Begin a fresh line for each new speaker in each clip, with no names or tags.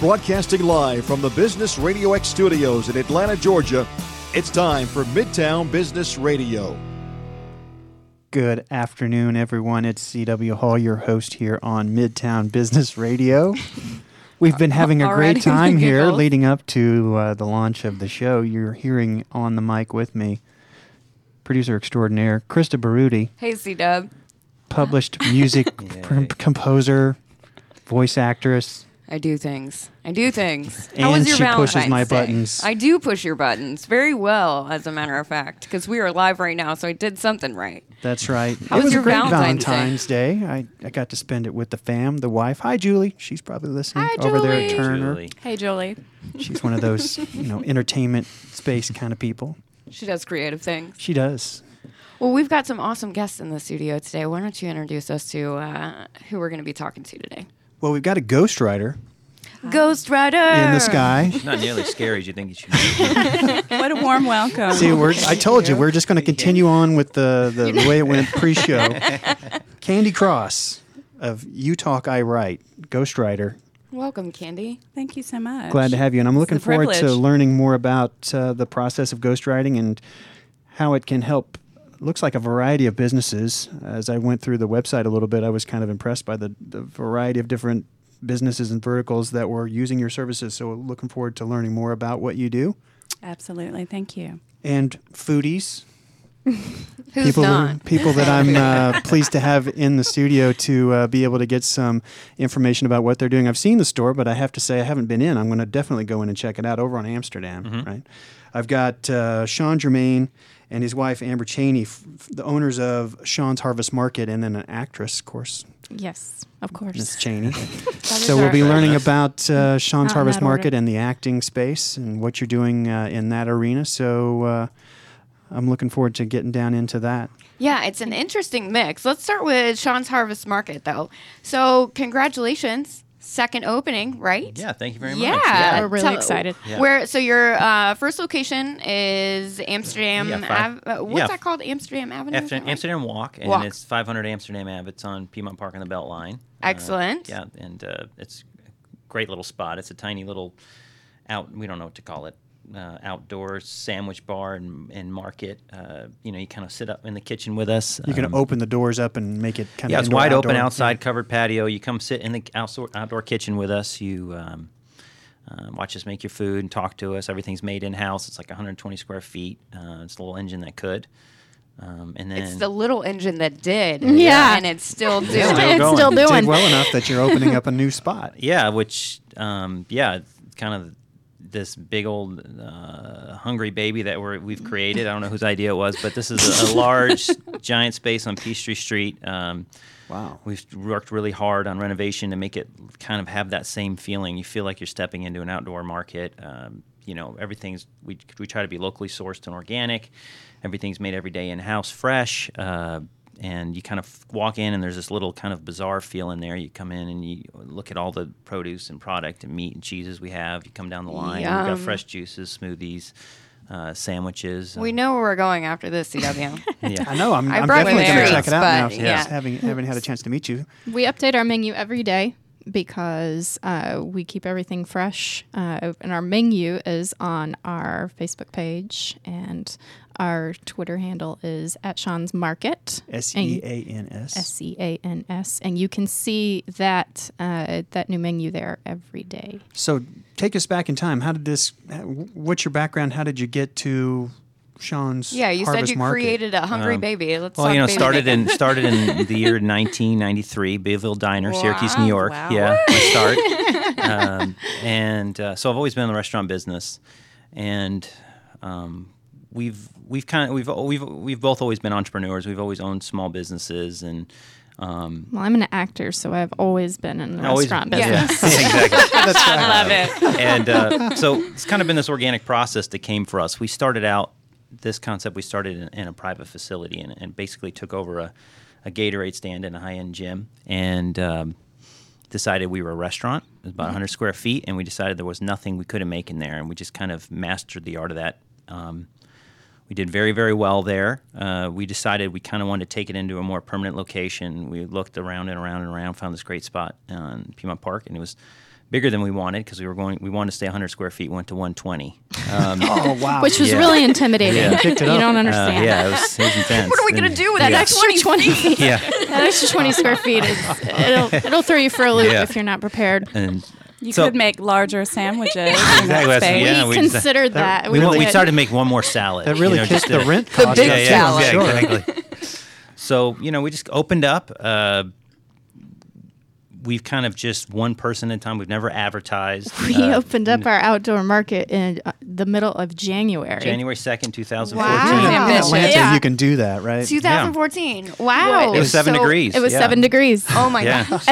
broadcasting live from the Business Radio X studios in Atlanta, Georgia. It's time for Midtown Business Radio.
Good afternoon, everyone. It's CW Hall, your host here on Midtown Business Radio. We've been having a
Already
great time
the
here
giggles.
leading up to uh, the launch of the show. You're hearing on the mic with me producer extraordinaire Krista Baruti,
Hey, C Dub.
published music pr- composer, voice actress,
I do things. I do things.
And
How was your
she pushes
Valentine's
my
Day?
buttons.
I do push your buttons very well, as a matter of fact, because we are live right now, so I did something right.
That's right.
How
it
was
was
your
a great
Valentine's
Valentine's,
Day?
Day. I, I got to spend it with the fam, the wife. Hi, Julie. She's probably listening
Hi,
over there at
Julie.
Turner.
Julie.
Hey, Julie.
She's one of those, you know, entertainment space kind of people.
She does creative things.
She does.
Well, we've got some awesome guests in the studio today. Why don't you introduce us to uh, who we're going to be talking to today?
Well, we've got a ghostwriter
Ghost Rider
in the sky.
Not nearly as scary as you think it should be.
What a warm welcome.
See, we're, I told you, we're just going to continue on with the, the, the way it went pre show. Candy Cross of You Talk, I Write, ghostwriter.
Welcome, Candy.
Thank you so much.
Glad to have you. And I'm looking
a
forward to
privilege.
learning more about uh, the process of ghostwriting and how it can help. Looks like a variety of businesses. As I went through the website a little bit, I was kind of impressed by the, the variety of different businesses and verticals that were using your services. So, looking forward to learning more about what you do.
Absolutely. Thank you.
And foodies,
Who's
people,
not?
people that I'm uh, pleased to have in the studio to uh, be able to get some information about what they're doing. I've seen the store, but I have to say I haven't been in. I'm going to definitely go in and check it out over on Amsterdam, right? I've got uh, Sean Germain and his wife Amber Cheney, f- f- the owners of Sean's Harvest Market, and then an actress, of course,
Yes, of
Miss
course.
Cheney.
is
so we'll
our-
be learning about uh, Sean's
Not in
Harvest
that order.
Market and the acting space and what you're doing uh, in that arena. So. Uh, I'm looking forward to getting down into that.
Yeah, it's an interesting mix. Let's start with Sean's Harvest Market, though. So, congratulations, second opening, right?
yeah, thank you very
Yeah,
much.
We're really excited.
Yeah.
Where so your uh, first location is Amsterdam?
Yeah, five-
Ave- uh, what's
yeah.
that called? Amsterdam Avenue. Is that
Amsterdam,
right?
Amsterdam Walk, and
Walk.
it's 500 Amsterdam Ave. It's on Piedmont Park and the Belt Line. Uh,
Excellent.
yeah, and uh, it's a great little spot. It's a tiny little out. We don't know what to call it. Uh, outdoor sandwich bar and, and market. Uh, you know, you kind of sit up in the kitchen with us.
You can
Um,
open the doors up and make it kind
yeah,
of
it's
indoor,
wide open
outdoor.
outside covered patio. You come sit in the outdoor outdoor kitchen with us. You um, uh, watch us make your food and talk to us. Everything's made in house. It's like 120 square feet. Uh, it's a little engine that could. Um, and then
It's the little engine that did.
Yeah.
and it's still doing.
It's
It's
going.
still
It
doing.
Did well enough that you're opening up a new spot.
yeah, which um, yeah, it's kind of this big old uh, hungry baby that we're, we've created. I don't know whose idea it was, but this is a, a large, giant space on Peachtree Street. Um,
Wow.
We've worked really hard on renovation to make it kind of have that same feeling. You feel like you're stepping into an outdoor market. Um, you know, everything's we we try to be locally sourced and organic. Everything's made every day in house, fresh. Uh, and you kind of walk in, and there's this little kind of bizarre feel in there. You come in and you look at all the produce and product and meat and cheeses we have. You come down the line, and we've
Yum.
got fresh juices, smoothies, uh, sandwiches.
We
um,
know where we're going after this, CW.
yeah.
I know. I'm,
I
I'm
brought
definitely
you
going to
there,
check it out now.
but
since
yeah.
Having haven't had a chance to meet you.
We update our menu every day because uh, we keep everything fresh. Uh, and our menu is on our Facebook page, and our Twitter handle is at Sean's Market.
S
And-
E A N S.
S E A N S, and you can see that uh, that new menu there every day.
So take us back in time. How did this? h- What's your background? How did you get to Sean's?
yeah, you
Harvest
said you
Market?
created a hungry baby. Let's
Um, Well,
talk
you know,
baby
started
making.
in started in the year 1993, Bayville Diner, Syracuse, New York. Yeah, my start. um, and uh, so I've always been in the restaurant business, and um, we've we've kind of we've we've we've both always been entrepreneurs. We've always owned small businesses, and um,
Well, I'm an actor, so I've always been in the
always-
restaurant
yeah,
business.
exactly.
I love it.
and uh, so it's kind of been this organic process that came for us. We started out this concept. We started in, in a private facility and, and basically took over a, a Gatorade stand in a high-end gym and um, decided we were a restaurant. It was about 100 square feet, and we decided there was nothing we couldn't make in there, and we just kind of mastered the art of that. Um, we did very, very well there. Uh, we decided we kind of wanted to take it into a more permanent location. We looked around and around and around, found this great spot uh, in Piedmont Park, and it was bigger than we wanted because we were going. We wanted to stay 100 square feet. Went to 120. Um,
Oh wow!
which was
Yeah.
really intimidating.
Yeah.
Kicked it
you
up.
don't
uh,
understand.
yeah, it was, it was intense.
What are we going to
And-
do with
That
that
extra twenty,
Yeah,
that extra twenty square feet is it'll it'll throw you for a loop
Yeah.
if you're not prepared.
and
You
So-
could make larger sandwiches. in that
Exactly, that's-
space.
yeah.
Uh, we
we just-
considered that.
we,
did.
we started to make one more salad.
that really
you know,
kicked
just
the
to-
rent.
The
cost
big
up,
yeah,
too,
yeah,
I'm
salad.
yeah,
sure.
exactly. so you know, we just opened up. Uh, we've kind of just one person at a time. We've never advertised.
We
Uh,
opened up our outdoor market in uh, the middle of January.
January second, two thousand
Wow.
fourteen.
In
Yeah.
Atlanta,
Yeah.
you can do that, right?
2014. Wow.
It was seven
So-
degrees.
It was
yeah.
seven degrees.
Oh my
Yeah.
gosh.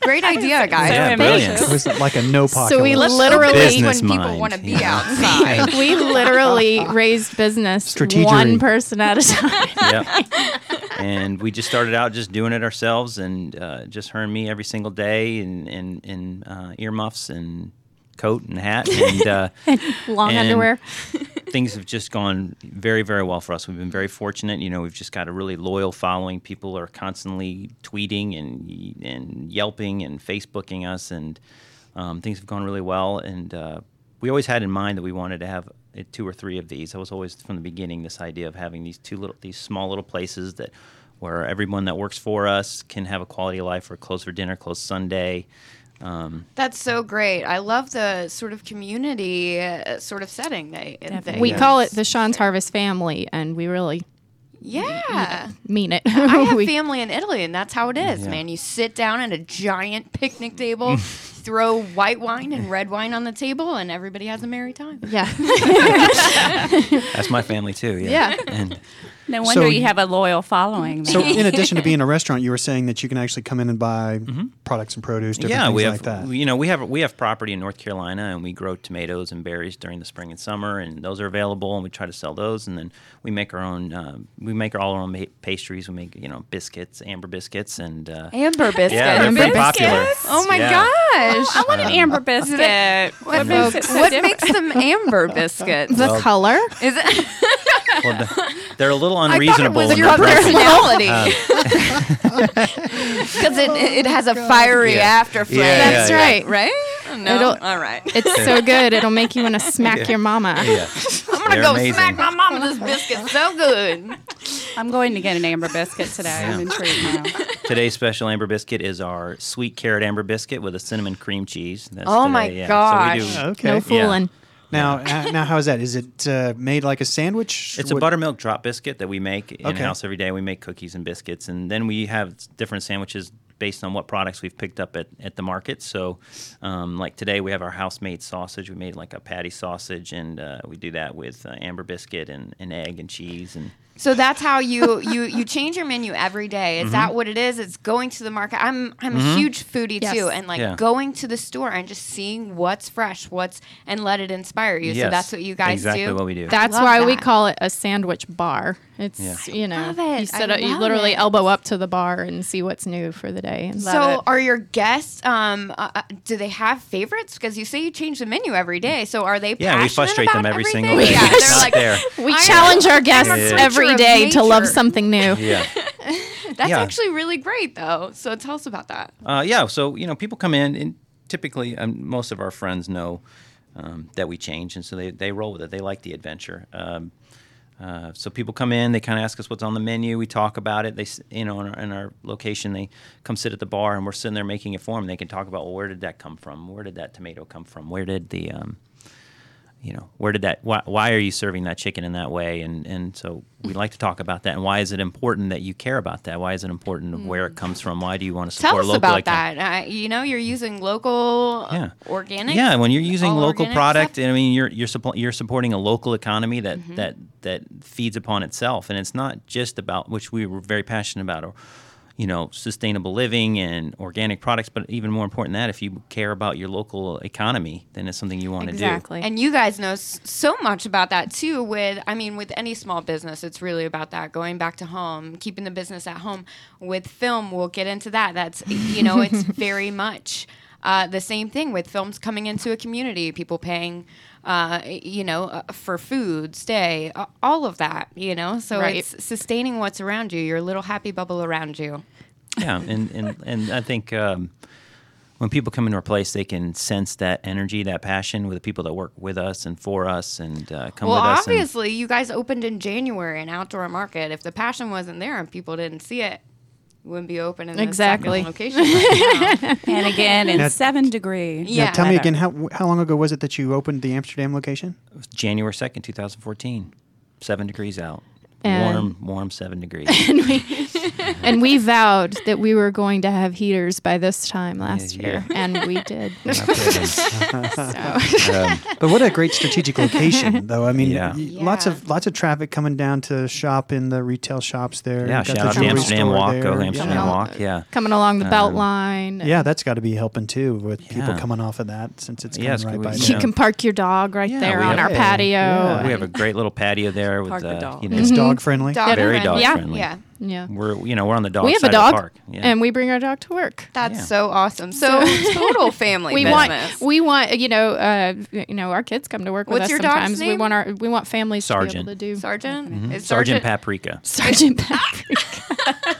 Great idea, guys.
Yeah,
So
brilliant.
It was like a no pocket.
So we
Let's
literally-
open this
Business
when people
mind,
want to be
you know.
outside.
we literally raised business
Strategery.
one person at a time.
yeah. And we just started out just doing it ourselves, and uh, just her and me every single day, and in in uh, earmuffs and coat and hat, and uh,
Long
And-
underwear.
things have just gone very very well for us. We've been very fortunate. You know, we've just got a really loyal following. People are constantly tweeting and and yelping and Facebooking us, and um, things have gone really well. And uh, we always had in mind that we wanted to have uh, two or three of these. I was always from the beginning this idea of having these two little these small little places that where everyone that works for us can have a quality of life. We're closed for dinner, closed Sunday. Um,
That's so great. I love the sort of community uh, sort of setting they, they
We call it the Sean's Harvest family, and we really
Yeah.
mean it.
I have
We-
family in Italy, and that's how it is,
Yeah.
man. You sit down at a giant picnic table, throw white wine and red wine on the table, and everybody has a merry time.
yeah.
that's my family too. Yeah.
Yeah.
And
No wonder
So-
you have a loyal following.
So,
then.
in addition to being a restaurant, you were saying that you can actually come in and buy products and produce, different
Mm-hmm. yeah,
things
we
like
have
that.
we- you know we have we have property in North Carolina and we grow tomatoes and berries during the spring and summer and those are available and we try to sell those and then we make our own uh, we make all our own ma- pastries we make you know biscuits amber biscuits and uh,
Amber biscuits.
yeah they're pretty popular
Oh my
Yeah.
gosh.
I want an
Uh,
amber biscuit.
What,
makes it
makes,
so
what
different?
makes them amber biscuits?
The color.
Is it
Well, the- they're a little
I thought it
unreasonable
was
in
your
their price.
personality. Because it, it has a fiery afterflavor.
Yeah, yeah,
That's yeah. right.
Right? No.
Oh, It'll-
All right.
It's so good. It'll make you want to smack your mama.
yeah.
I'm going to
They're
go
amazing.
smack my mom with this biscuit. So good.
I'm going to get an amber biscuit today.
Yeah.
I'm intrigued now.
Today's special amber biscuit is our sweet carrot amber biscuit with a cinnamon cream cheese. That's
Oh my
today, yeah. So we
gosh.
do,
okay.
No fooling.
Now, uh, now, how is that? Is it uh, made like a sandwich?
It's a
What-
buttermilk drop biscuit that we make in house
Okay.
every day. We make cookies and biscuits, and then we have different sandwiches based on what products we've picked up at, at the market. So, um, like today, we have our house made sausage. We made like a patty sausage, and uh, we do that with uh, amber biscuit and, and egg and cheese. And
So that's how you you you change your menu every day. Is
Mm-hmm.
that what it is? It's going to the market. I'm I'm a huge foodie
Yes.
too, and like
Yeah.
going to the store and just seeing what's fresh, what's and let it inspire you. So
Yes,
that's what you guys
exactly
do.
what we do.
That's
Love
why we
that.
call it a sandwich bar. It's
Yeah.
you know
love it.
you sit
I
up, you
love
literally
it.
elbow up to the bar and see what's new for the day. And
so
it.
are your guests? Um, uh, uh, do they have favorites? Because you say you change the menu every day. So are they?
yeah, we
passionate
frustrate them
about
every
everything?
single day.
Yeah,
It's
they're
not
like
there.
we
I-
challenge our guests
creature
every
of
day to love
nature.
something new.
Yeah.
that's
Yeah.
actually really great though. So tell us about that.
Uh, yeah, so you know, people come in, and typically, um, most of our friends know um, that we change, and so they, they roll with it. They like the adventure. Um, uh, so people come in, they kind of ask us what's on the menu. We talk about it. They, s- you know, in our, in our location, they come sit at the bar, and we're sitting there making it for them. They can talk about, well, where did that come from? Where did that tomato come from? Where did the um, you know, where did that? Why, why are you serving that chicken in that way? And and so we like to talk about that. And why is it important that you care about that? Why is it important where it comes from? Why do you want to support
Mm. Tell us
local?
about
like that?
that. Uh, you know, you're using local, uh,
Yeah.
organic.
Yeah, when you're using
all
local
organic
product,
stuff?
I mean, you're you're suppo- you're supporting a local economy that
Mm-hmm.
that that feeds upon itself, and it's not just about which we were very passionate about, or you know, sustainable living and organic products, but even more important than that, if you care about your local economy, then it's something you want to
Exactly.
And you guys know s- so much about that too. With, I mean, with any small business, it's really about that going back to home, keeping the business at home. With film, we'll get into that. That's, you know, it's very much uh, the same thing with films coming into a community, people paying, uh, you know, uh, for food, stay, uh, all of that, you know. So
Right.
it's sustaining what's around you, your little happy bubble around you.
do. Yeah, and and and I think. Um, when people come into our place, they can sense that energy, that passion with the people that work with us and for us and uh, come
Well,
with us. and-
obviously, you guys opened in January an outdoor market. If the passion wasn't there and people didn't see it, you wouldn't be open in
Exactly.
the location. Right now.
And again, in
Now-
seven degree.
Now,
yeah.
tell me
I know.
again, how how long ago was it that you opened the Amsterdam location?
January 2nd, 2014. Seven degrees out.
And-
warm, warm seven degrees.
and we and we vowed that we were going to have heaters by this time last
yeah.
year, and we did.
Not kidding. Um,
But what a great strategic location, though. I mean,
Yeah.
y- lots
Yeah.
of lots of traffic coming down to shop in the retail shops there.
yeah,
Got the
shout out to
jewelry
Amsterdam
store
Walk.
there.
Go
Yeah.
Amsterdam
Yeah.
Walk. Yeah.
Coming along the belt
Um,
line. and
Yeah, that's got to be helping too with people
Yeah.
coming off of that since it's coming
Yeah, it's
right
good
by.
with-
there.
You
Yeah.
can park your dog right
Yeah,
there
we
on
have-
our patio.
Yeah.
We have a great little patio there with,
Park the
uh,
dog.
you know,
It's dog friendly.
Dog
very
friendly.
dog
Yeah.
friendly.
Yeah.
yeah.
We're, you know, we're on the dog
We have
side
a
of the
dog,
park. Yeah.
and we bring our dog to work.
That's
Yeah.
so awesome. So total family
we
business.
want we want you know uh, you know our kids come to work with
What's
us
your dog's
sometimes. We
name?
want our we want families
Sergeant.
to be able to do
Sergeant? Is
Mm-hmm. Sergeant Paprika.
Sergeant Paprika.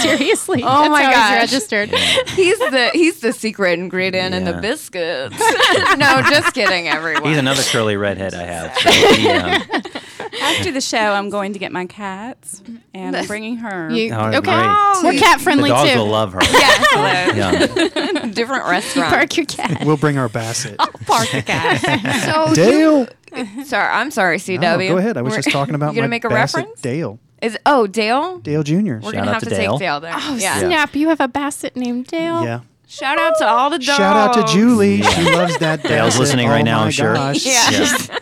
Seriously,
Oh
that's
my
how he's
gosh.
registered.
He's the he's the secret ingredient in the
Yeah.
biscuits. no, just kidding, everyone.
He's another curly redhead I have. So he, um,
After the show, I'm going to get my cats and I'm bringing her.
You,
Oh,
okay,
great.
we're cat
the
friendly
dogs
too.
will love her.
yeah,
Yeah.
so different restaurant.
Park your cat.
We'll bring our basset.
Park a cat.
So
Dale,
you- sorry, I'm sorry,
No,
CW.
Oh, go ahead. I was
We're-
just talking about
you gonna
my
make a
basset
reference.
Dale,
Is oh Dale?
Dale Junior.
We're
Shout
gonna
out
have to,
to
take
Dale.
Dale there.
Oh
yeah.
snap! You have a basset named Dale.
Yeah.
Shout out to all the dogs.
Shout out to Julie. She loves that.
Dale's
basset.
listening
Oh
right now,
my
I'm sure.
gosh.
Yeah.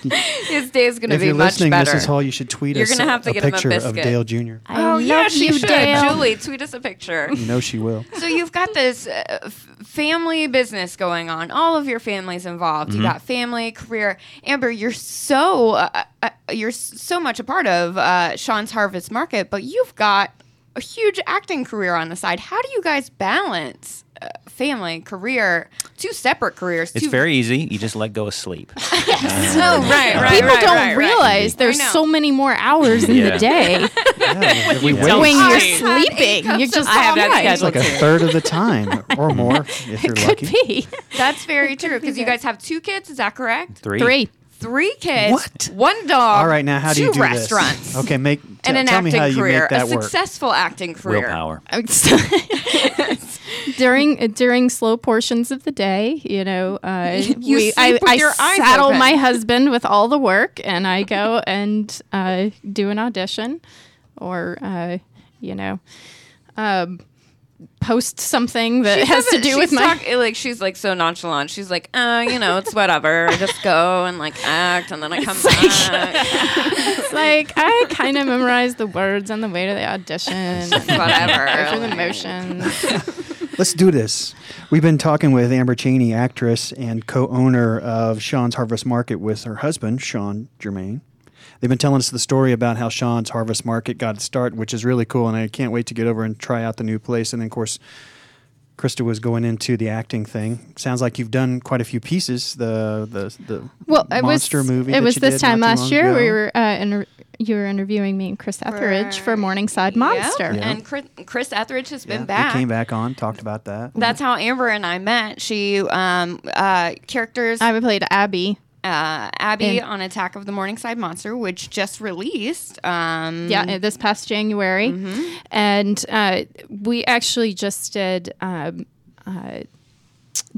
His day's gonna
If
be
you're
much
listening,
better.
Mrs. Hall, you should tweet
You're
us
gonna have to
a
get him a
picture of
biscuit.
Dale Jr.
I
oh
love
yeah, she
you,
should.
Dale.
Julie, tweet us a picture.
You know she will.
So you've got this uh, f- family business going on. All of your family's involved. You got family, career. Amber, you're so uh, uh, you're s- so much a part of uh, Sean's Harvest Market, but you've got a huge acting career on the side. How do you guys balance uh, family, career, two separate careers?
It's
two-
very easy. You just let go of sleep.
oh right, right.
People
right,
don't
right, right.
realize
I
there's
know.
so many more hours in
Yeah.
the day
Yeah, we
don't
wait.
when
I
you're
had eight
sleeping.
cups
You're
of
just
I have that
alright.
schedule.
like a third of the time or more if you're
Could
lucky.
be
That's very true because you guys have two kids. Is that correct?
Three.
three.
Three kids.
What?
One dog.
All right, now how do you
two
do
restaurants.
this? Okay, make
and
t-
an
tell me
acting
how you
career,
make that
a
work.
successful acting career.
Willpower.
during uh, during slow portions of the day, you know, uh,
You
we,
sleep
I,
with
I
your eyes
saddle
open.
my husband with all the work, and I go and uh, do an audition, or uh, you know, um, post something that
She
has to
doesn't-
do
she's
with my.
talk- like she's like so nonchalant. She's like, uh, you know, it's whatever. I just go and like act, and then I come back.
It's like I kind of memorize the words on the way to the audition. and
whatever.
Go through the
Like,
motions.
Let's do this. We've been talking with Amber Cheney, actress and co-owner of Sean's Harvest Market with her husband, Sean Germain. They've been telling us the story about how Sean's Harvest Market got its start, which is really cool, and I can't wait to get over and try out the new place. And then, of course, Krista was going into the acting thing. Sounds like you've done quite a few pieces. The the the
Well, it
monster
was,
movie.
It
that
was
you
this
did not
time
too
last
long
year. We
ago.
were uh, inter- you were interviewing me and Chris Etheridge for, Morningside Monster.
Yep. And Chris, Chris Etheridge has
Yeah,
been
he
back.
came back on, talked about that.
That's how Amber and I met. She um, uh, characters
I played Abby.
uh, Abby
And-
on Attack of the Morningside Monster, which just released. Um,
Yeah, uh, this past January,
Mm-hmm.
and uh, we actually just did um, uh,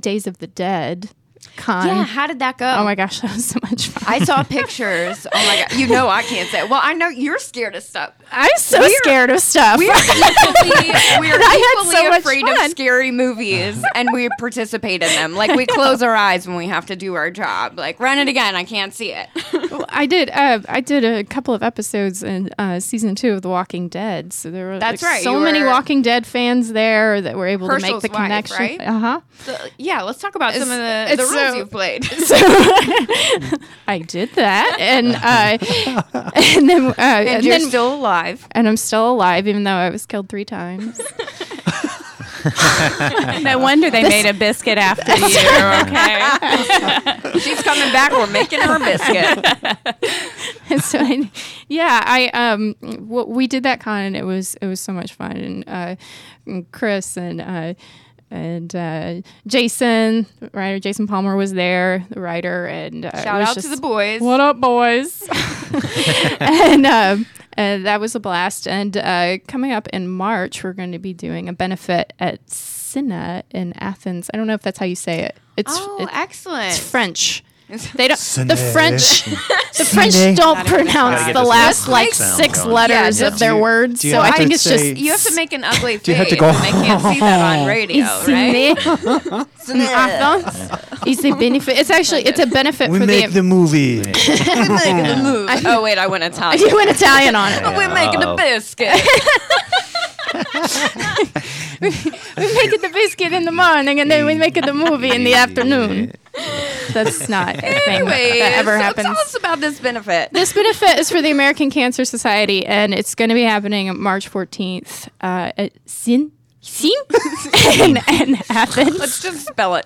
Days of the Dead con.
yeah. How did that go?
Oh my gosh, that was so much fun!
I saw pictures. Oh my god! You know I can't say. It. Well, I know you're scared of stuff.
I'm so scared of stuff.
We are equally, we are
I had
equally
so much
afraid
fun.
of scary movies, and we participate in them. Like we close our eyes when we have to do our job. Like run it again. I can't see it.
Well, I did. Uh, I did a couple of episodes in uh, season two of The Walking Dead. So there were
That's
like,
right,
so
you
many
were-
Walking Dead fans there that were able to make
Herschel's
the
wife,
connection.
right?
Uh huh.
So, yeah, let's talk about some of the,
it's
the roles
so-
you've played.
So I did that, and uh, and then uh, and,
And, you're
then
still alive.
and I'm still alive, even though I was killed three times.
No wonder they made a biscuit after you. Okay.
She's coming back. We're making her biscuit.
so I, yeah, I um, w- we did that con and it was it was so much fun and uh, and Chris and uh, and uh, Jason, writer Jason Palmer was there, the writer, and uh, it
Shout
was
out to
just,
the boys.
What up, boys? and um, and that was a blast. And uh, coming up in March, we're going to be doing a benefit at Cinna in Athens. I don't know if that's how you say it. It's
Oh,
it's,
excellent.
it's French. They don't. The
Ciné.
French, the French
Ciné.
don't
Gotta get
pronounce
that
the
sound.
last
That's
like
like sound
six
going.
letters
Yeah,
of their
do you-
words.
do you
So I
have
think
to
it's
say-
just
You have to make an ugly face.
you have to go,
and I can't see that on radio, right?
Ciné. in Athens. It's a benefit. It's actually it's a benefit
We
for
make
the.
the movie.
oh wait, I went Italian.
you went Italian on it.
We're making a
Uh,
Uh-oh.
biscuit.
we make it the biscuit in the morning, and then we make it the movie in the afternoon. That's not a thing
Anyways,
that ever
so
happens.
tell us about this benefit.
This benefit is for the American Cancer Society, and it's going to be happening on March 14th uh, at Sin. Sin? in, in Athens.
Let's just spell it.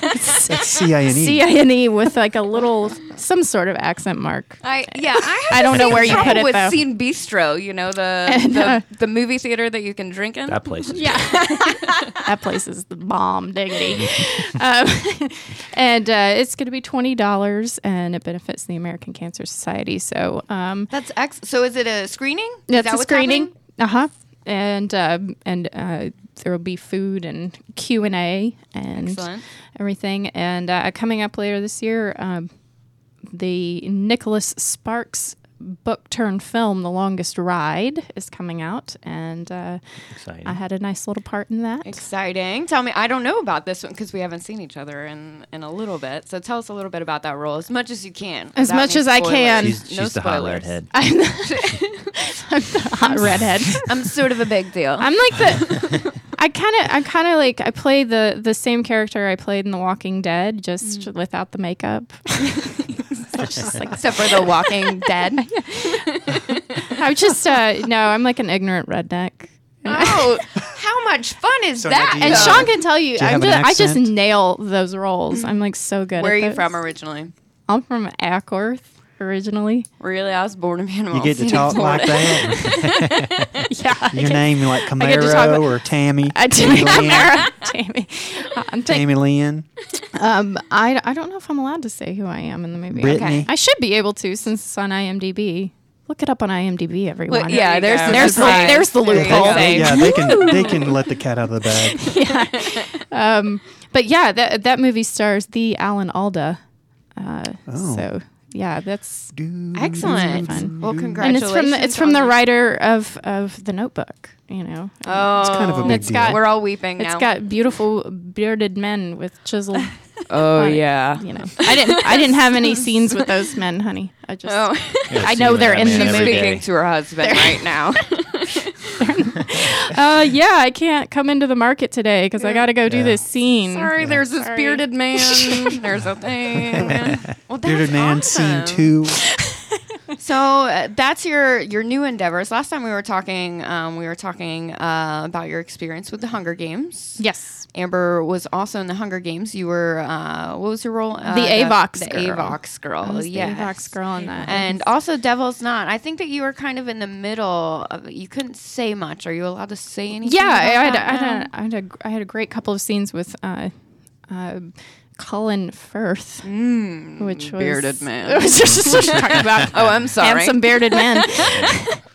That's C I N E.
C-I-N-E with like a little, some sort of accent mark.
I yeah, I,
I don't know where you put it,
with
though.
Scene Bistro, you know the
And,
the,
uh,
the movie theater that you can drink in.
That place is
Yeah. that place is the bomb diggity. um, and uh, it's going to be $20 and it benefits the American Cancer Society. So um,
That's ex. So is it a screening? Is
that's
that
a
what's
screening.
happening?
Uh huh. And um, and uh, there will be food and Q and A and
Excellent.
everything. And uh, coming up later this year, um, the Nicholas Sparks book turned film, The Longest Ride, is coming out, and uh,
exciting.
I had a nice little part in that.
Exciting. Tell me, I don't know about this one because we haven't seen each other in in a little bit. So tell us a little bit about that role as much as you can.
As
without
much
any
as I can.
spoilers.
she's
no
she's the hot
spoilers.
redhead.
I'm the, I'm the hot redhead.
I'm sort of a big deal.
I'm like the. I kind of, I kind of like, I play the the same character I played in The Walking Dead, just
Mm.
without the makeup.
Except for The Walking Dead.
I'm just, uh, no, I'm like an ignorant redneck.
oh, how much fun is
So
that?
do you-
And
Yeah.
Sean can tell you,
Do you
I'm
have an
just, I just
accent?
nail those roles. I'm like so good.
Where are
at
you
those.
from originally?
I'm from Ackworth originally.
Really, I was born in Panama.
You get to talk like that.
Yeah,
Your name like
get to talk
Camaro or Tammy.
I do
Tammy
not
Lynn.
Tammy. Uh, I'm taking
Tammy Lynn.
Um, I, I don't know if I'm allowed to say who I am in the movie.
Brittany.
I should be able to since it's on IMDb. Look it up on IMDb, everyone.
Well, yeah,
There you
there's the
go.
surprise.
there's the, there's the
There you
loophole.
go.
They- yeah, they can they can let the cat out of the bag.
Um, But yeah, that that movie stars the Alan Alda. Uh,
Oh.
So yeah, that's
Excellent.
Fun.
Well,
and
congratulations.
it's from the, it's from
on
the
that.
writer of of the Notebook. You know,
Oh,
It's kind of a big
It's
deal.
got-
we're all weeping
it's
now.
got beautiful bearded men with chiseled.
Oh
Right.
yeah.
You know, I didn't I didn't have any scenes with those men, honey. I just
oh,
I know they're in the movie.
speaking to her husband right now.
uh, yeah, I can't come into the market today because I got to go do
Yeah.
this scene.
Sorry, there's this
Sorry.
bearded man. there's a thing. Well, that's
Bearded Man
awesome.
scene two.
So uh, that's your your new endeavors. Last time we were talking, um, we were talking uh, about your experience with the Hunger Games.
Yes.
Amber was also in the Hunger Games. You were uh, what was your role? Uh,
The Avox
The
girl.
Avox
I
girl.
was the
Yeah,
Vox girl on that.
Oh, And also Devil's Not. I think that you were kind of in the middle. Of, you couldn't say much. Are you allowed to say anything?
yeah, I
about
had,
that
I,
now?
had a, I, had a, gr- I had a great couple of scenes with uh, uh, Colin Firth,
Mm.
which was
bearded man.
was just, just talking about
Oh, I'm sorry.
handsome bearded men.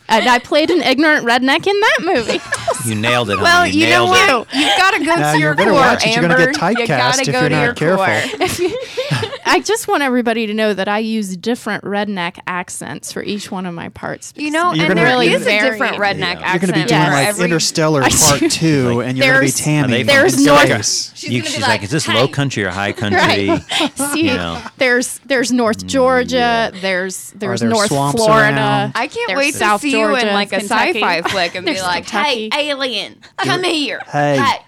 and I played an ignorant redneck in that movie.
You nailed it.
Well,
honey.
you know
nailed
what?
it.
You've got to go
Now,
to
you
your
better
core,
watch it. You're gonna
Amber.
get
you
typecast
gotta
if
go
you're
to
not
your
careful.
core.
I just want everybody to know that I use different redneck accents for each one of my parts.
You know,
You're
and
gonna
there
be-
is a different
Varied.
redneck
You're
accent
gonna be doing
Yes.
for
like
every
Interstellar
I
Part
see.
Two, and you're gonna be
There's-
Are
Tammy.
they
There's
fucking
North-
suckers?
She's
You-
gonna be
she's like,
like,
is this
"Hey."
low country or high country?
Right. See,
You know.
there's there's North Georgia, there's there's
Mm, there
North
swamps
Florida.
around?
I can't
There's
wait to
South
see you
Georgia,
in like a
Kentucky.
sci-fi flick and be like,
Kentucky.
"Hey, alien, come here!
Hey.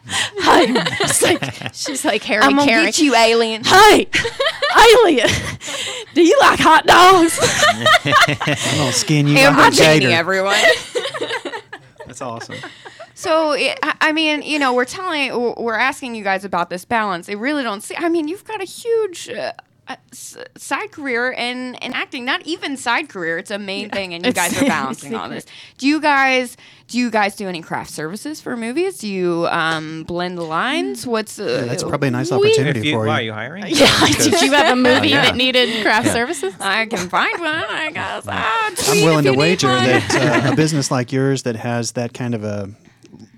It's like- she's like Harry
I'm gonna
Carey.
get you, alien."
Hey, alien, do you like hot dogs?
I'm gonna skin you
Amber
like a
Cheney,
gator.
everyone.
That's awesome.
So it, I I mean, you know, we're telling, we're asking you guys about this balance. They really don't see. I mean, you've got a huge uh, a s- side career and, and acting not even side career it's a main thing and you
It's-
guys are balancing all this do you guys do you guys do any craft services for movies do you um, blend the
Mm.
lines what's uh,
Yeah, that's probably a nice
If
opportunity
you,
for
why are
you.
you hiring?
Yeah. Did you
Oh,
have a movie
yeah.
that needed craft services?
I can find one I guess Ah, tweet
I'm
if
willing to
you need
wager
one.
that uh, a business like yours that has that kind of a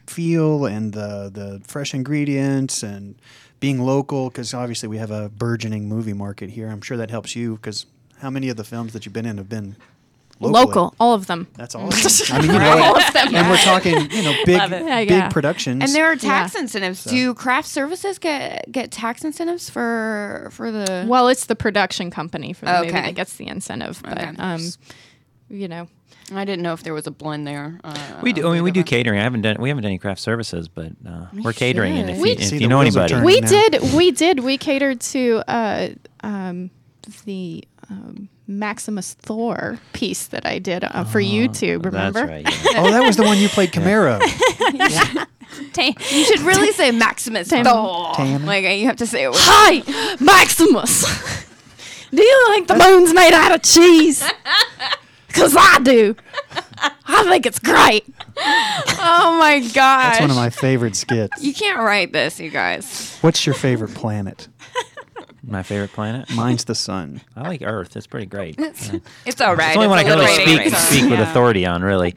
feel and the the fresh ingredients and being local, because obviously we have a burgeoning movie market here. I'm sure that helps you because how many of the films that you've been in have been locally? Uh,
Local, all of them.
That's awesome. I mean, you know, and we're talking you know big
it.
Yeah,
big
yeah.
productions.
and there are tax
Yeah.
incentives do craft services get get tax incentives for for the
Well, it's the production company for the movie
Okay.
that gets the incentive, but
Okay.
um, you know,
I didn't know if there was a blend there uh,
We do. I mean, we do
either.
catering. I haven't done. We haven't done any craft services, but uh, we are catering. And if
should.
you,
We-
if
See,
you
the
know
wheels are
anybody,
turning.
we
now.
did, we did, we catered to uh, um, the um, Maximus Thor piece that I did uh, for YouTube. Remember?
Ah, That's right. yeah.
oh, that was the one you played Camaro.
You should really say Maximus
Tam-
Thor.
Tam-
Like you have to say it with
Hi, Maximus. Do you think the moon's made out of cheese? Cause I do. I think it's great.
Oh my gosh.
That's one of my favorite skits.
You can't write this, you guys.
What's your favorite planet?
My favorite planet.
Mine's the sun.
I like Earth. It's pretty great. It's
It's all right.
the only one I
it's
can really
alliterating.
speak
It's all
speak with
Yeah.
authority on. Really,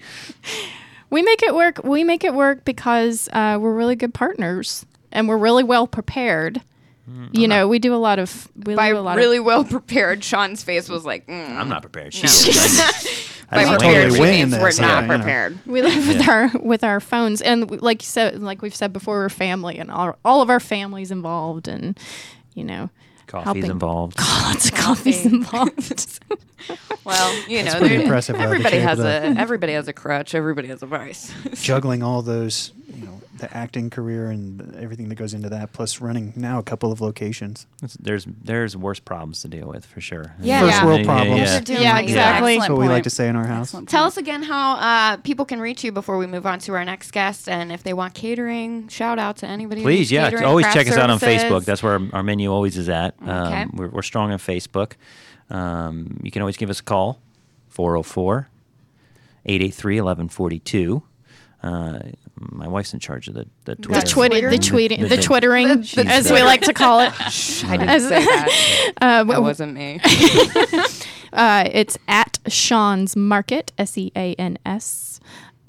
We make it work. We make it work because uh, we're really good partners and we're really well prepared. You know, we do a lot of we
By
do a lot
really
of
well prepared, Sean's face was like, mm.
I'm not prepared. She is.
By
I'm
prepared,
totally
she
winging
means
this,
we're
yeah,
not
you know.
prepared.
we live with our with our phones and w- like you said like we've said before we're family and all all of our families involved and you know
Coffee's
helping-
involved.
lots of coffees involved.
Well, you know,
pretty
there-
impressive, though, that
everybody
you're
has
able
a everybody has a crutch. Everybody has a vice.
Juggling all those, you know, the acting career and everything that goes into that, plus running now a couple of locations.
It's- There's there's worse problems to deal with for sure.
Yeah.
First
Yeah.
world problems.
Yeah,
Doing
yeah,
like that.
exactly.
Excellent
That's what we like
point.
to say in our house.
Excellent
Tell
point.
us again how uh, people can reach you before we move on to our next guest, and if they want catering, shout out to anybody. who
Please,
needs
yeah.
catering,
Always
craft
check us out on
services.
Facebook. That's where our, our menu always is at.
Okay.
Um, we're, we're strong on Facebook. Um, you can always give us a call, 404 883 1142. Uh, My wife's in charge of the, the Twitter.
the twitter, the
Twitter?
tweeting, the twittering,
The- the-
as we like to call it.
I didn't
As-
say that.
Uh,
That
w-
wasn't me.
uh, it's at Sean's Market, S E A N S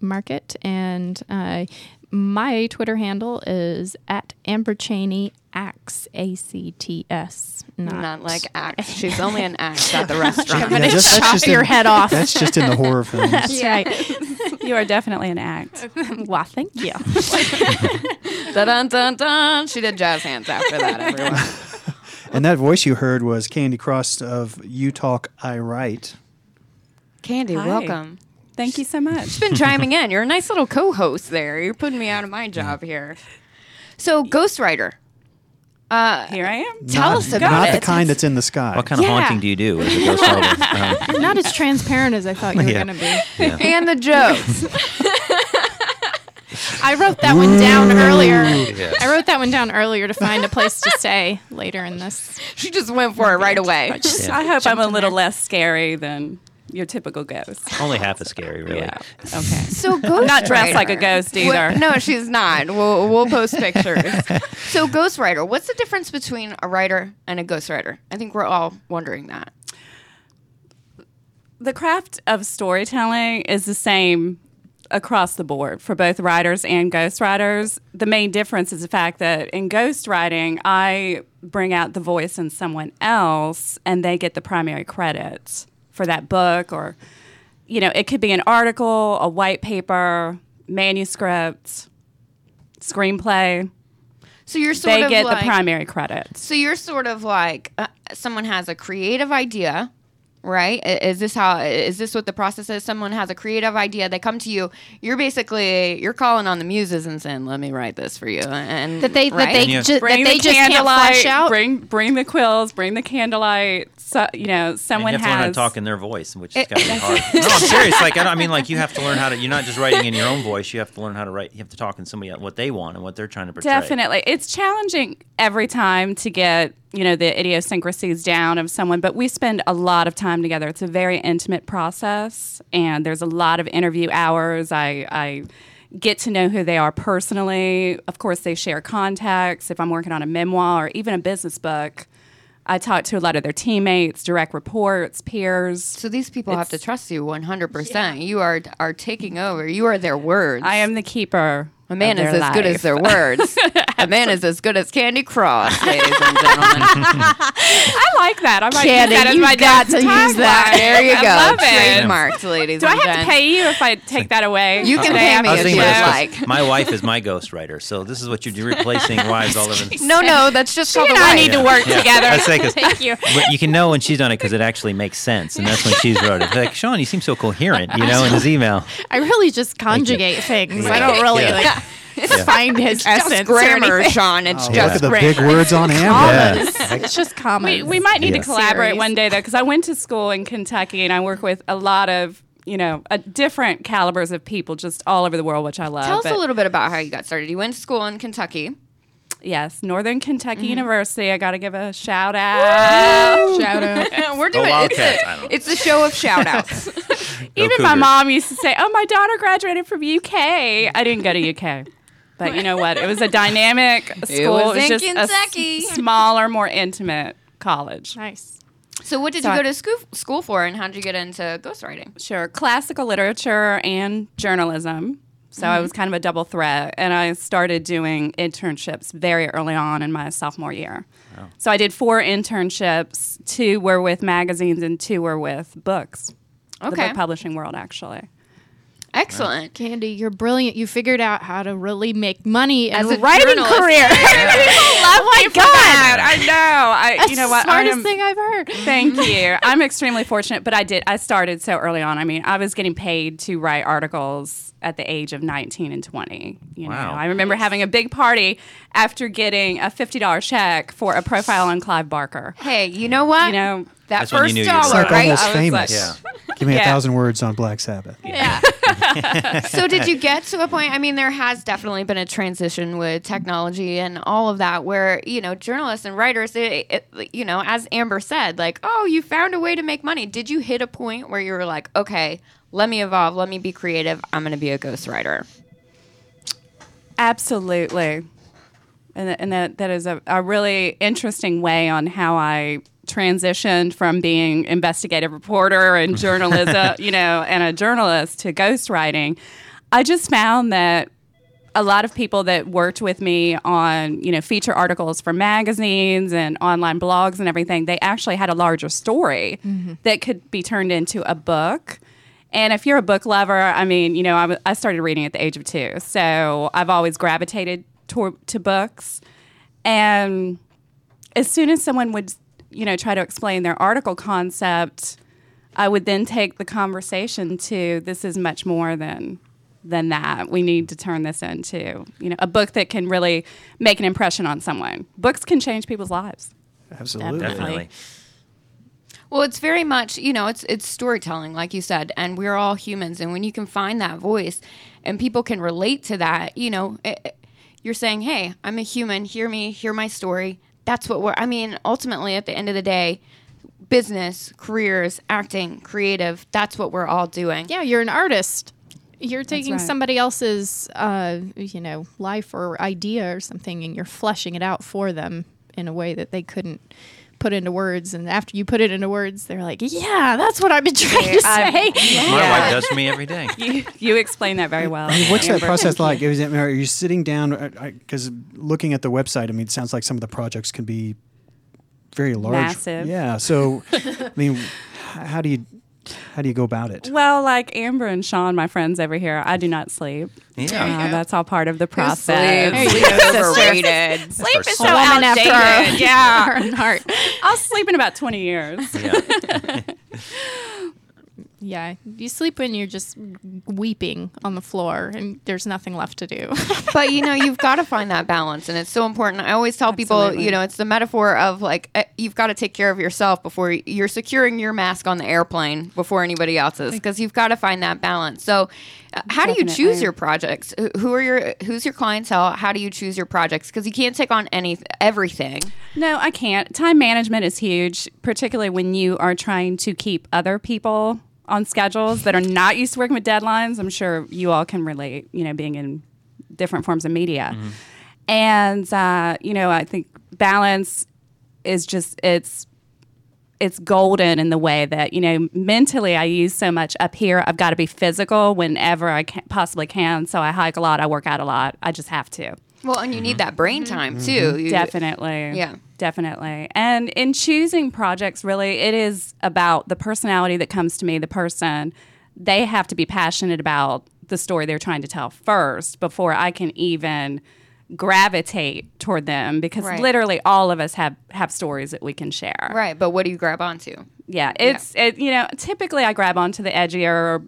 Market, and uh, my Twitter handle is at Amber Cheney Acts A C T S.
Not like axe. She's only an axe at the restaurant.
But it's
that's
chop your
in,
head off.
That's just in the horror films.
That's right.
You are definitely an act.
well, thank you.
dun, dun, dun, dun. She did jazz hands after that, everyone.
And that voice you heard was Candy Cross of You Talk, I Write.
Candy,
Hi.
welcome.
Thank you so much.
Been chiming in. You're a nice little co host there. You're putting me out of my job here. So, Ghostwriter. Uh,
Here I am.
Tell us about
Not
it.
the kind that's in the sky.
What kind of
Yeah.
haunting do you do? as a ghost artist? Um,
Not as transparent as I thought you were
Yeah.
going to be.
and the jokes.
I wrote that one down earlier. I wrote that one down earlier to find a place to stay later in this.
she just went for it right away.
Yeah.
I hope I'm a little less scary than your typical ghost.
only half as scary, really.
Yeah. Okay.
So, Ghostwriter.
Not dressed like a ghost either.
What- no, she's not. We'll, we'll post pictures. so, Ghostwriter. What's the difference between a writer and a ghostwriter? I think we're all wondering that.
the craft of storytelling is the same across the board for both writers and ghostwriters. The main difference is the fact that in ghostwriting, I bring out the voice in someone else and they get the primary credit for that book or you know, it could be an article, a white paper, manuscript, screenplay.
So, you're sort
they
of
get
like,
the primary credit.
So you're sort of like uh, someone has a creative idea, right? I- Is this how is this what the process is? Someone has a creative idea, they come to you. You're basically you're calling on the muses and saying, "Let me write this for you." And
That they
right?
that they
Yeah.
ju- that
Bring
they
the
just can't
candlelight,
flash out.
Bring bring the quills, bring the candlelight. so you know someone
and you have to learn how
has
to talk in their voice, which is
It-
gotta be hard. no, I'm serious. Like I, don't, I mean, like you have to learn how to. You're not just writing in your own voice. You have to learn how to write. You have to talk in somebody else, what they want and what they're trying to portray.
Definitely. It's challenging every time to get, you know, the idiosyncrasies down of someone, but we spend a lot of time together. It's a very intimate process and there's a lot of interview hours. I I get to know who they are personally. Of course, they share contacts. If I'm working on a memoir or even a business book, I talk to a lot of their teammates, direct reports, peers.
So these people have to trust you 100%. You are are taking over. You are their words.
I am the keeper.
A man
of
is as
their
good as
life.
their words. a man is as good as Candy Cross, ladies and gentlemen.
I like that. I might
Candy,
use that as
you
my
got
dad's
to use that.
tagline.
There you
I
go.
love it.
Trademarked, ladies
Do I
and
have to
gents.
pay you if I take that away?
You can
today
pay me
after
I was
the
thinking
show?
about
Yeah.
this, 'cause My wife is my ghostwriter, so this is what you do: replacing wives all over. the
No, no, that's just how
You
the
and I
wife-
need to work
Yeah.
together.
I'd say 'cause-
Thank you.
But you can know when she's done it because it actually makes sense, and that's when she's wrote it. Like Sean, you seem so coherent, you know, in his email.
I really just conjugate things. I don't really
Yeah.
like find his
Just
essence. or
grammar,
anything.
Sean. It's
Oh, look
just
at the
grammar.
big words on Amber.
It's just common.
We, we might need
Yeah.
to collaborate
Series.
one day though, because I went to school in Kentucky and I work with a lot of you know a different calibers of people just all over the world, which I love.
Tell us
but-
a little bit about how you got started. You went to school in Kentucky.
Yes, Northern Kentucky
Mm-hmm.
University. I got to give a shout out.
shout out.
We're doing it.
Wildcats, Oh, I don't know.
It's the show of shout outs.
Go
Even my
Cougars.
mom used to say, "Oh, my daughter graduated from UK." I didn't go to UK, but you know what? It was a dynamic school.
was in
just a s-
Kentucky.
smaller, more intimate college.
Nice.
so, what did
So
you
I-
go to school, school for, and how did you get into ghostwriting?
Sure, classical literature and journalism. So I was kind of a double threat, and I started doing internships very early on in my sophomore year. So I did four internships. Two were with magazines, and two were with books. The
Okay.
book publishing world, actually.
Excellent.
Candy, you're brilliant. You figured out how to really make money
As
as
a
a writing
journalist.
career.
oh my God! I know. I,
That's
you know what?
the smartest
I am-
thing I've heard.
Thank you. I'm extremely fortunate, but I did. I started so early on. I mean, I was getting paid to write articles at the age of 19 and 20. You
Wow.
know, I remember having a big party after getting a $50 check for a profile on Clive Barker.
Hey, you know what?
You know,
that
That's when you
first
knew you were
dollar,
smart.
Like
right?
almost
I was
famous.
Yeah.
Give me a
Yeah.
thousand words on Black Sabbath.
so did you get to a point i mean there has definitely been a transition with technology and all of that where you know journalists and writers it, it, you know as amber said like oh you found a way to make money did you hit a point where you were like okay let me evolve let me be creative i'm going to be a ghostwriter
Absolutely. And, th- and that, that is a, a really interesting way on how I transitioned from being investigative reporter and journalism, uh, you know, and a journalist to ghostwriting. I just found that a lot of people that worked with me on, you know, feature articles for magazines and online blogs and everything, they actually had a larger story that could be turned into a book. And if you're a book lover, I mean, you know, I, w- I started reading at the age of two. So I've always gravitated toward to books. And as soon as someone would, you know, try to explain their article concept, I would then take the conversation to this is much more than than that. We need to turn this into, you know, a book that can really make an impression on someone. Books can change people's lives.
Absolutely.
Definitely.
Well, it's very much, you know, it's it's storytelling, like you said, and we're all humans. And when you can find that voice, and people can relate to that, you know, it, it- you're saying, "Hey, I'm a human. Hear me. Hear my story." That's what we're. I mean, ultimately, at the end of the day, business, careers, acting, creative. That's what we're all doing.
Yeah, you're an artist. You're taking
right.
somebody else's, uh, you know, life or idea or something, and you're fleshing it out for them in a way that they couldn't put into words. And after you put it into words, they're like, "Yeah, that's what I've been trying to say."
I-
My
Yeah.
wife does for me every day.
You, you explain that very well.
What's that
Amber.
process like? Is it, I mean, are you sitting down? Because looking at the website, I mean, it sounds like some of the projects can be very large.
Massive.
Yeah. So, I mean, h- how do you how do you go about it?
Well, like Amber and Sean, my friends over here, I do not sleep.
Yeah.
Uh, that's all part of the
Sleep,
process.
sleep is overrated.
Sleep is so
A
woman after
outdated.
our-
yeah,
Heart.
I'll sleep in about twenty years.
Yeah.
Yeah, you sleep when you're just weeping on the floor and there's nothing left to do.
but you know you've got to find that balance and it's so important i always tell people
Absolutely.
you know it's the metaphor of like eh, you've got to take care of yourself before y- you're securing your mask on the airplane before anybody else's because you've got to find that balance so uh, how do you choose
Definitely.
your projects Who- who are your who's your clientele how do you choose your projects because you can't take on any everything
No, I can't. Time management is huge, particularly when you are trying to keep other people on schedules that are not used to working with deadlines. I'm sure you all can relate, you know, being in different forms of media. And, uh, you know, I think balance is just, it's, it's golden in the way that you know mentally i use so much up here i've got to be physical whenever i can, possibly can so i hike a lot i work out a lot i just have to
well and you need that brain time too You-
Mm-hmm. Definitely.
Yeah.
Definitely. And in choosing projects, really, it is about the personality that comes to me, the person. They have to be passionate about the story they're trying to tell first before I can even gravitate toward them because
Right.
literally all of us have have stories that we can share.
right but what do you grab onto
Yeah, it's It, you know, typically I grab onto the edgier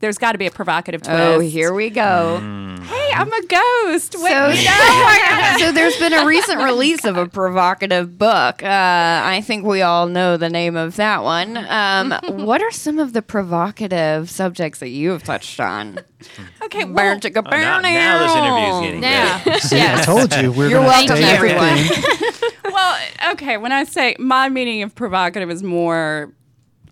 there's got to be a provocative twist.
oh here we go
Hey, I'm a ghost. Wait,
So, Oh my God. so there's been a recent release of a provocative book. Uh, I think we all know the name of that one. Um, what are some of the provocative subjects that you have touched on?
okay, well,
Burn chicka burn
Oh, now, now this interview's getting
Yeah.
good.
See, I told you we're
You're
gonna
welcome,
stay with
everyone.
theme.
well, okay. When I say my meaning of provocative is more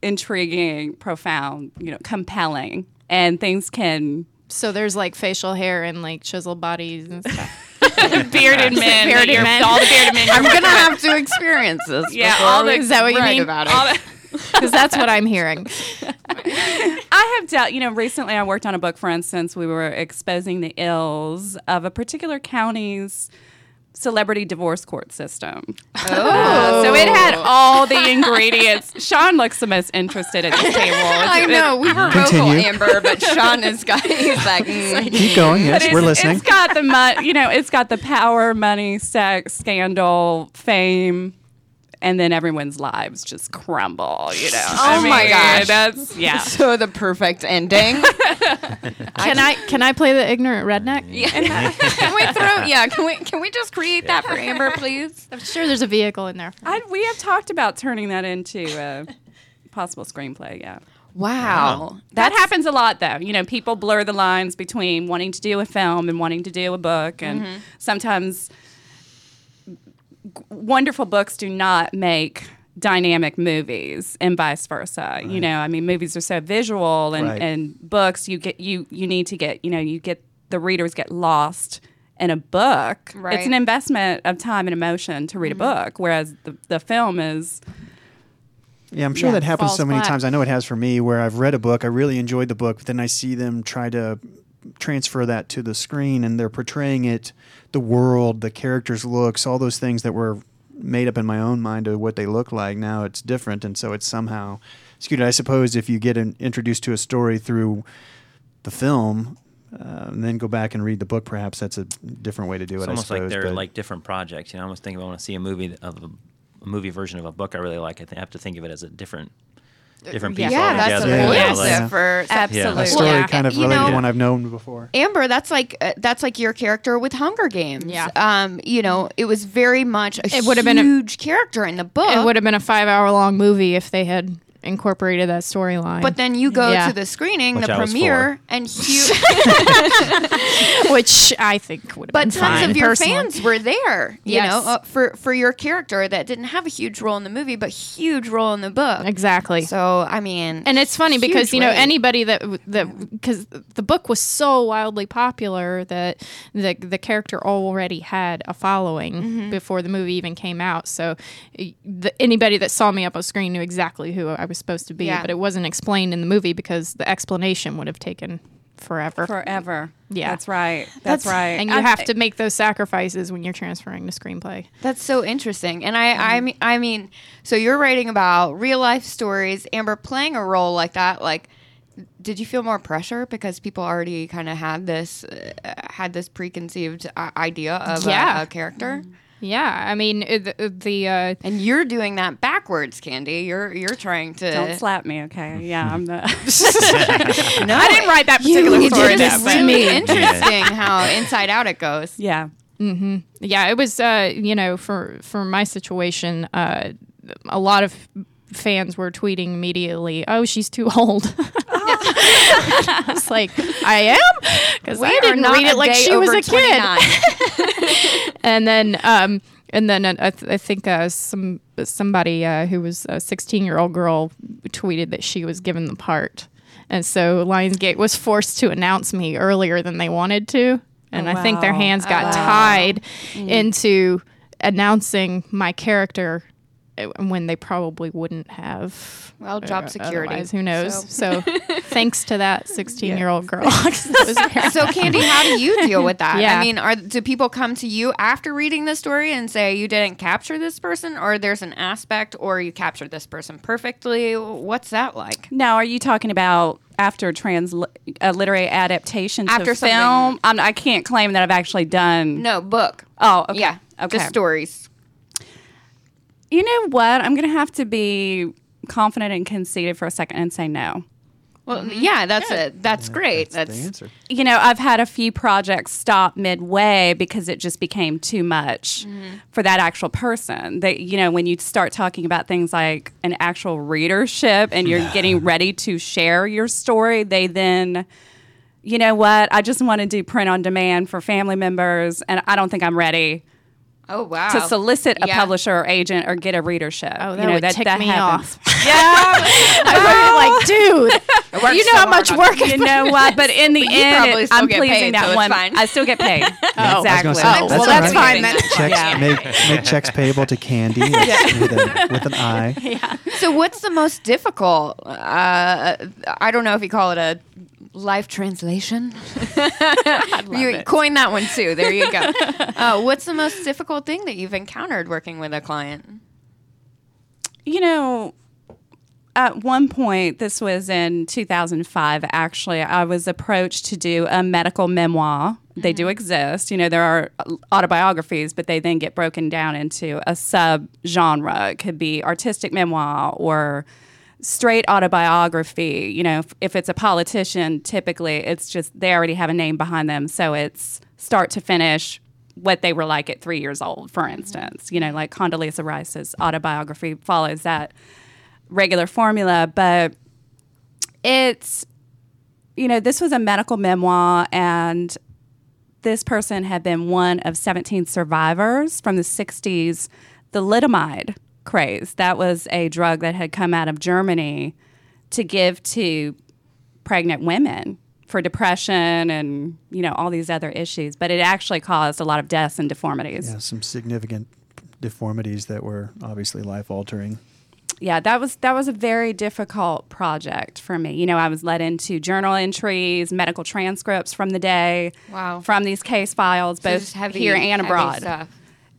intriguing, profound, you know, compelling, and things can
so there's like facial hair and like chiseled bodies and stuff.
bearded men,
Bearded
that you're-
men.
all the bearded men.
I'm gonna have to experience this.
Yeah,
before
all the-
we
is that what you
write
mean?
About it.
all the-
Because that's what I'm hearing.
I have dealt, you know, recently I worked on a book, for instance, we were exposing the ills of a particular county's celebrity divorce court system. Oh. so it had all the ingredients. Sean looks the most interested at the table.
I know we were vocal,
Continue.
Amber, but Sean is got. He's like, mm.
Keep going.
But
Yes,
it's-
we're listening.
It's got the mon- you know, it's got the power, money, sex, scandal, fame, and then everyone's lives just crumble. You know.
Oh my gosh.
That's yeah.
so the perfect ending.
Can I can I play the ignorant redneck?
can we throw? Yeah, can we? Can we just create that for Amber, please?
I'm sure there's a vehicle in there.
I, we have talked about turning that into a possible screenplay. Yeah.
Wow,
That happens a lot, though. You know, people blur the lines between wanting to do a film and wanting to do a book, and sometimes g- wonderful books do not make dynamic movies, and vice versa. You know, I mean, movies are so visual, and,
Right.
and books you get you you need to get you know you get the readers get lost in a book.
Right.
It's an investment of time and emotion to read a book, whereas the, the film is
Yeah, I'm sure that happens
falls
so many
flat.
times. I know it has for me where I've read a book, I really enjoyed the book, but then I see them try to transfer that to the screen and they're portraying it, the world, the characters' looks, all those things that were made up in my own mind of what they look like. Now it's different. And so it's somehow skewed. I suppose if you get an, introduced to a story through the film, uh, and then go back and read the book. Perhaps that's a different way to do it.
It's
I
almost
suppose,
like they're
but-
like different projects. You know, I almost think if I want to see a movie th- of a, a movie version of a book I really like, I, th- I have to think of it as a different different piece
Yeah, that's
altogether.
a
Yeah,
yeah,
yeah, yeah.
for
absolutely
a story
Yeah.
kind of
You
related to
know-
one I've known before.
Amber, that's like uh, that's like your character with Hunger Games.
Yeah.
Um, you know, it was very much a
It
would
would've
have
been
been
a-
a huge character in the book.
It would have been a five hour long movie if they had incorporated that storyline.
but then you go
Yeah.
to the screening,
Which
the
I was
premiere, and huge.
which I think would have
but
been
tons
fine,
of your
personally.
fans were there. You
Yes.
know, uh, for for your character that didn't have a huge role in the movie, but huge role in the book.
Exactly.
So I mean,
and it's funny
huge
because you know
weight.
anybody that w- that because the book was so wildly popular that the the character already had a following before the movie even came out. So y- the, anybody that saw me up on screen knew exactly who I was supposed to be,
Yeah.
but it wasn't explained in the movie because the explanation would have taken forever.
forever.
Yeah.
that's right. That's, right.
and you
I-
have to make those sacrifices when you're transferring to screenplay.
That's so interesting. And I, I mean, I mean, so you're writing about real life stories. Amber playing a role like that, like, did you feel more pressure because people already kind of had this, uh, had this preconceived uh, idea of a-
Yeah.
a, character,
Yeah, I mean uh, the, uh, the uh,
and you're doing that backwards, Candy. You're you're trying to
Don't slap me, okay? Yeah, I'm the.
No,
I didn't write that particular
It's
story
just
down, but-
really interesting how inside out it goes.
yeah.
yeah it was uh you know for for my situation uh a lot of fans were tweeting immediately oh she's too old it's like i am because i didn't read it like she was a kid and then um and then uh, I, th- I think uh, some somebody uh, who was a 16 year old girl tweeted that she was given the part, and so Lionsgate was forced to announce me earlier than they wanted to, and I think
Oh,
their
wow.
hands got tied
Mm.
into announcing my character uh, when they probably wouldn't have.
Well, job
uh,
security.
otherwise, who knows?
So-
So, thanks to that 16 year old girl, 'cause it was very-
So, Candy, how do you deal with that?
Yeah.
I mean, are do people come to you after reading the story and say you didn't capture this person, or there's an aspect, or you captured this person perfectly? What's that like?
Now, are you talking about after trans uh, literary adaptation to
After something.
film? I'm, I can't claim that I've actually done.
No book.
Oh, okay.
yeah,
Okay.
just stories.
You know what? I'm going to have to be confident and conceited for a second and say no.
Well, yeah, that's it. That's great.
That's
That's,
the answer.
you know, I've had a few projects stop midway because it just became too much
Mm-hmm.
for that actual person. That you know, when you start talking about things like an actual readership and you're getting ready to share your story, they then you know what? I just want to do print on demand for family members and I don't think I'm ready
oh wow.
to solicit a
Yeah.
publisher or agent or get a readership.
Oh, that
you know,
would tick me
happens.
off.
Yeah.
I would be like, dude,
worked
you know
so
how much
hard
work.
on
I
you know what? But in the end,
probably
it-
still
I'm
get
pleasing
paid,
that
so it's
one.
fine.
I still get paid.
I
exactly.
was gonna say,
Oh, well,
all
that's
right.
fine then.
Checks,
Yeah.
make, make checks payable to Candy with, a, with an I.
So, what's the most difficult? Uh, I don't know if you call it a life translation. you coined that one too. There you go. uh, what's the most difficult thing that you've encountered working with a client?
you know, at one point, this was in 2005, actually, I was approached to do a medical memoir. They do exist. You know, there are autobiographies, but they then get broken down into a sub genre. It could be artistic memoir or straight autobiography. You know, if, if it's a politician, typically it's just they already have a name behind them. So it's start to finish, what they were like at three years old, for instance. You know, like Condoleezza Rice's autobiography follows that regular formula, but it's, you know, this was a medical memoir, and this person had been one of 17 survivors from the 60s, the lidomide craze. That was a drug that had come out of Germany to give to pregnant women for depression and you know all these other issues but it actually caused a lot of deaths and deformities
Yeah, some significant deformities that were obviously life altering.
yeah, that was that was a very difficult project for me. You know, I was led into journal entries, medical transcripts from the day,
Wow.
from these case files,
So
both
just heavy-
here
heavy
and abroad.
stuff.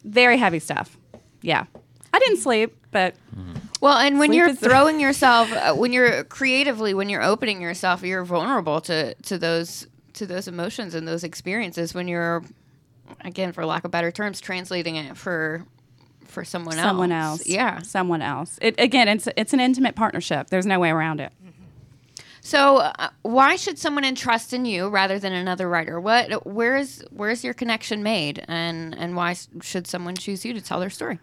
Very heavy stuff. Yeah, I didn't sleep, but
Well, and when
Sleep
you're
is-
throwing yourself, uh, when you're creatively, when you're opening yourself, you're vulnerable to to those to those emotions and those experiences. When you're, again, for lack of better terms, translating it for for someone,
someone
else.
else,
Yeah.
someone else. It, again, it's it's an intimate partnership. There's no way around it.
So, uh, why should someone entrust in you rather than another writer? What, where is where's your connection made, and and why s- should someone choose you to tell their story?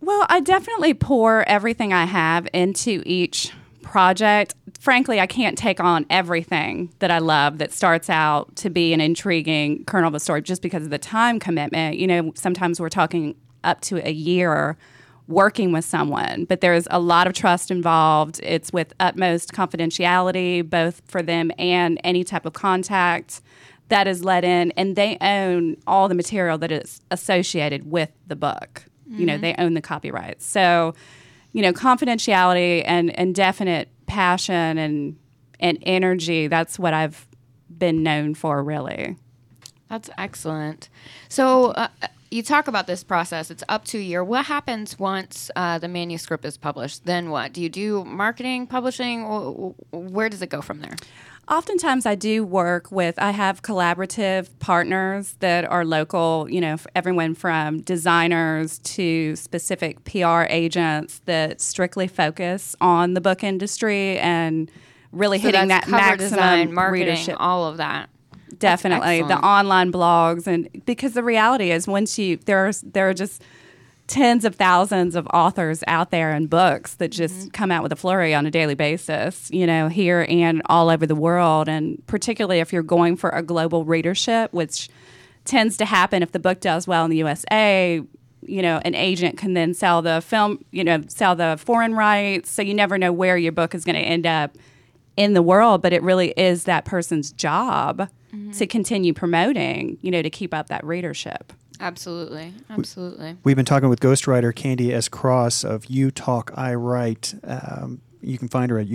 Well, I definitely pour everything I have into each project. Frankly, I can't take on everything that I love that starts out to be an intriguing kernel of a story just because of the time commitment. You know, sometimes we're talking up to a year working with someone, but there's a lot of trust involved. It's with utmost confidentiality, both for them and any type of contact that is let in, and they own all the material that is associated with the book. You know, they own the copyrights. So, you know, confidentiality and, and definite passion and and energy, that's what I've been known for really.
That's excellent. So uh, you talk about this process. It's up to a year. What happens once uh, the manuscript is published? Then what? Do you do marketing, publishing? Wh- wh- Where does it go from there?
Oftentimes, I do work with, I have collaborative partners that are local, you know, f- everyone from designers to specific PR agents that strictly focus on the book industry and really
So
hitting
that's
that
cover
maximum
design, marketing,
readership
all of that.
definitely the
excellent.
online blogs and because the reality is once you there are there are just tens of thousands of authors out there and books that just come out with a flurry on a daily basis you know here and all over the world and particularly if you're going for a global readership which tends to happen if the book does well in the USA you know an agent can then sell the film you know sell the foreign rights so you never know where your book is going to end up in the world, but it really is that person's job to continue promoting, you know, to keep up that readership.
Absolutely, absolutely.
We've been talking with ghostwriter Candy S. Cross of You Talk I Write. Um, you can find her at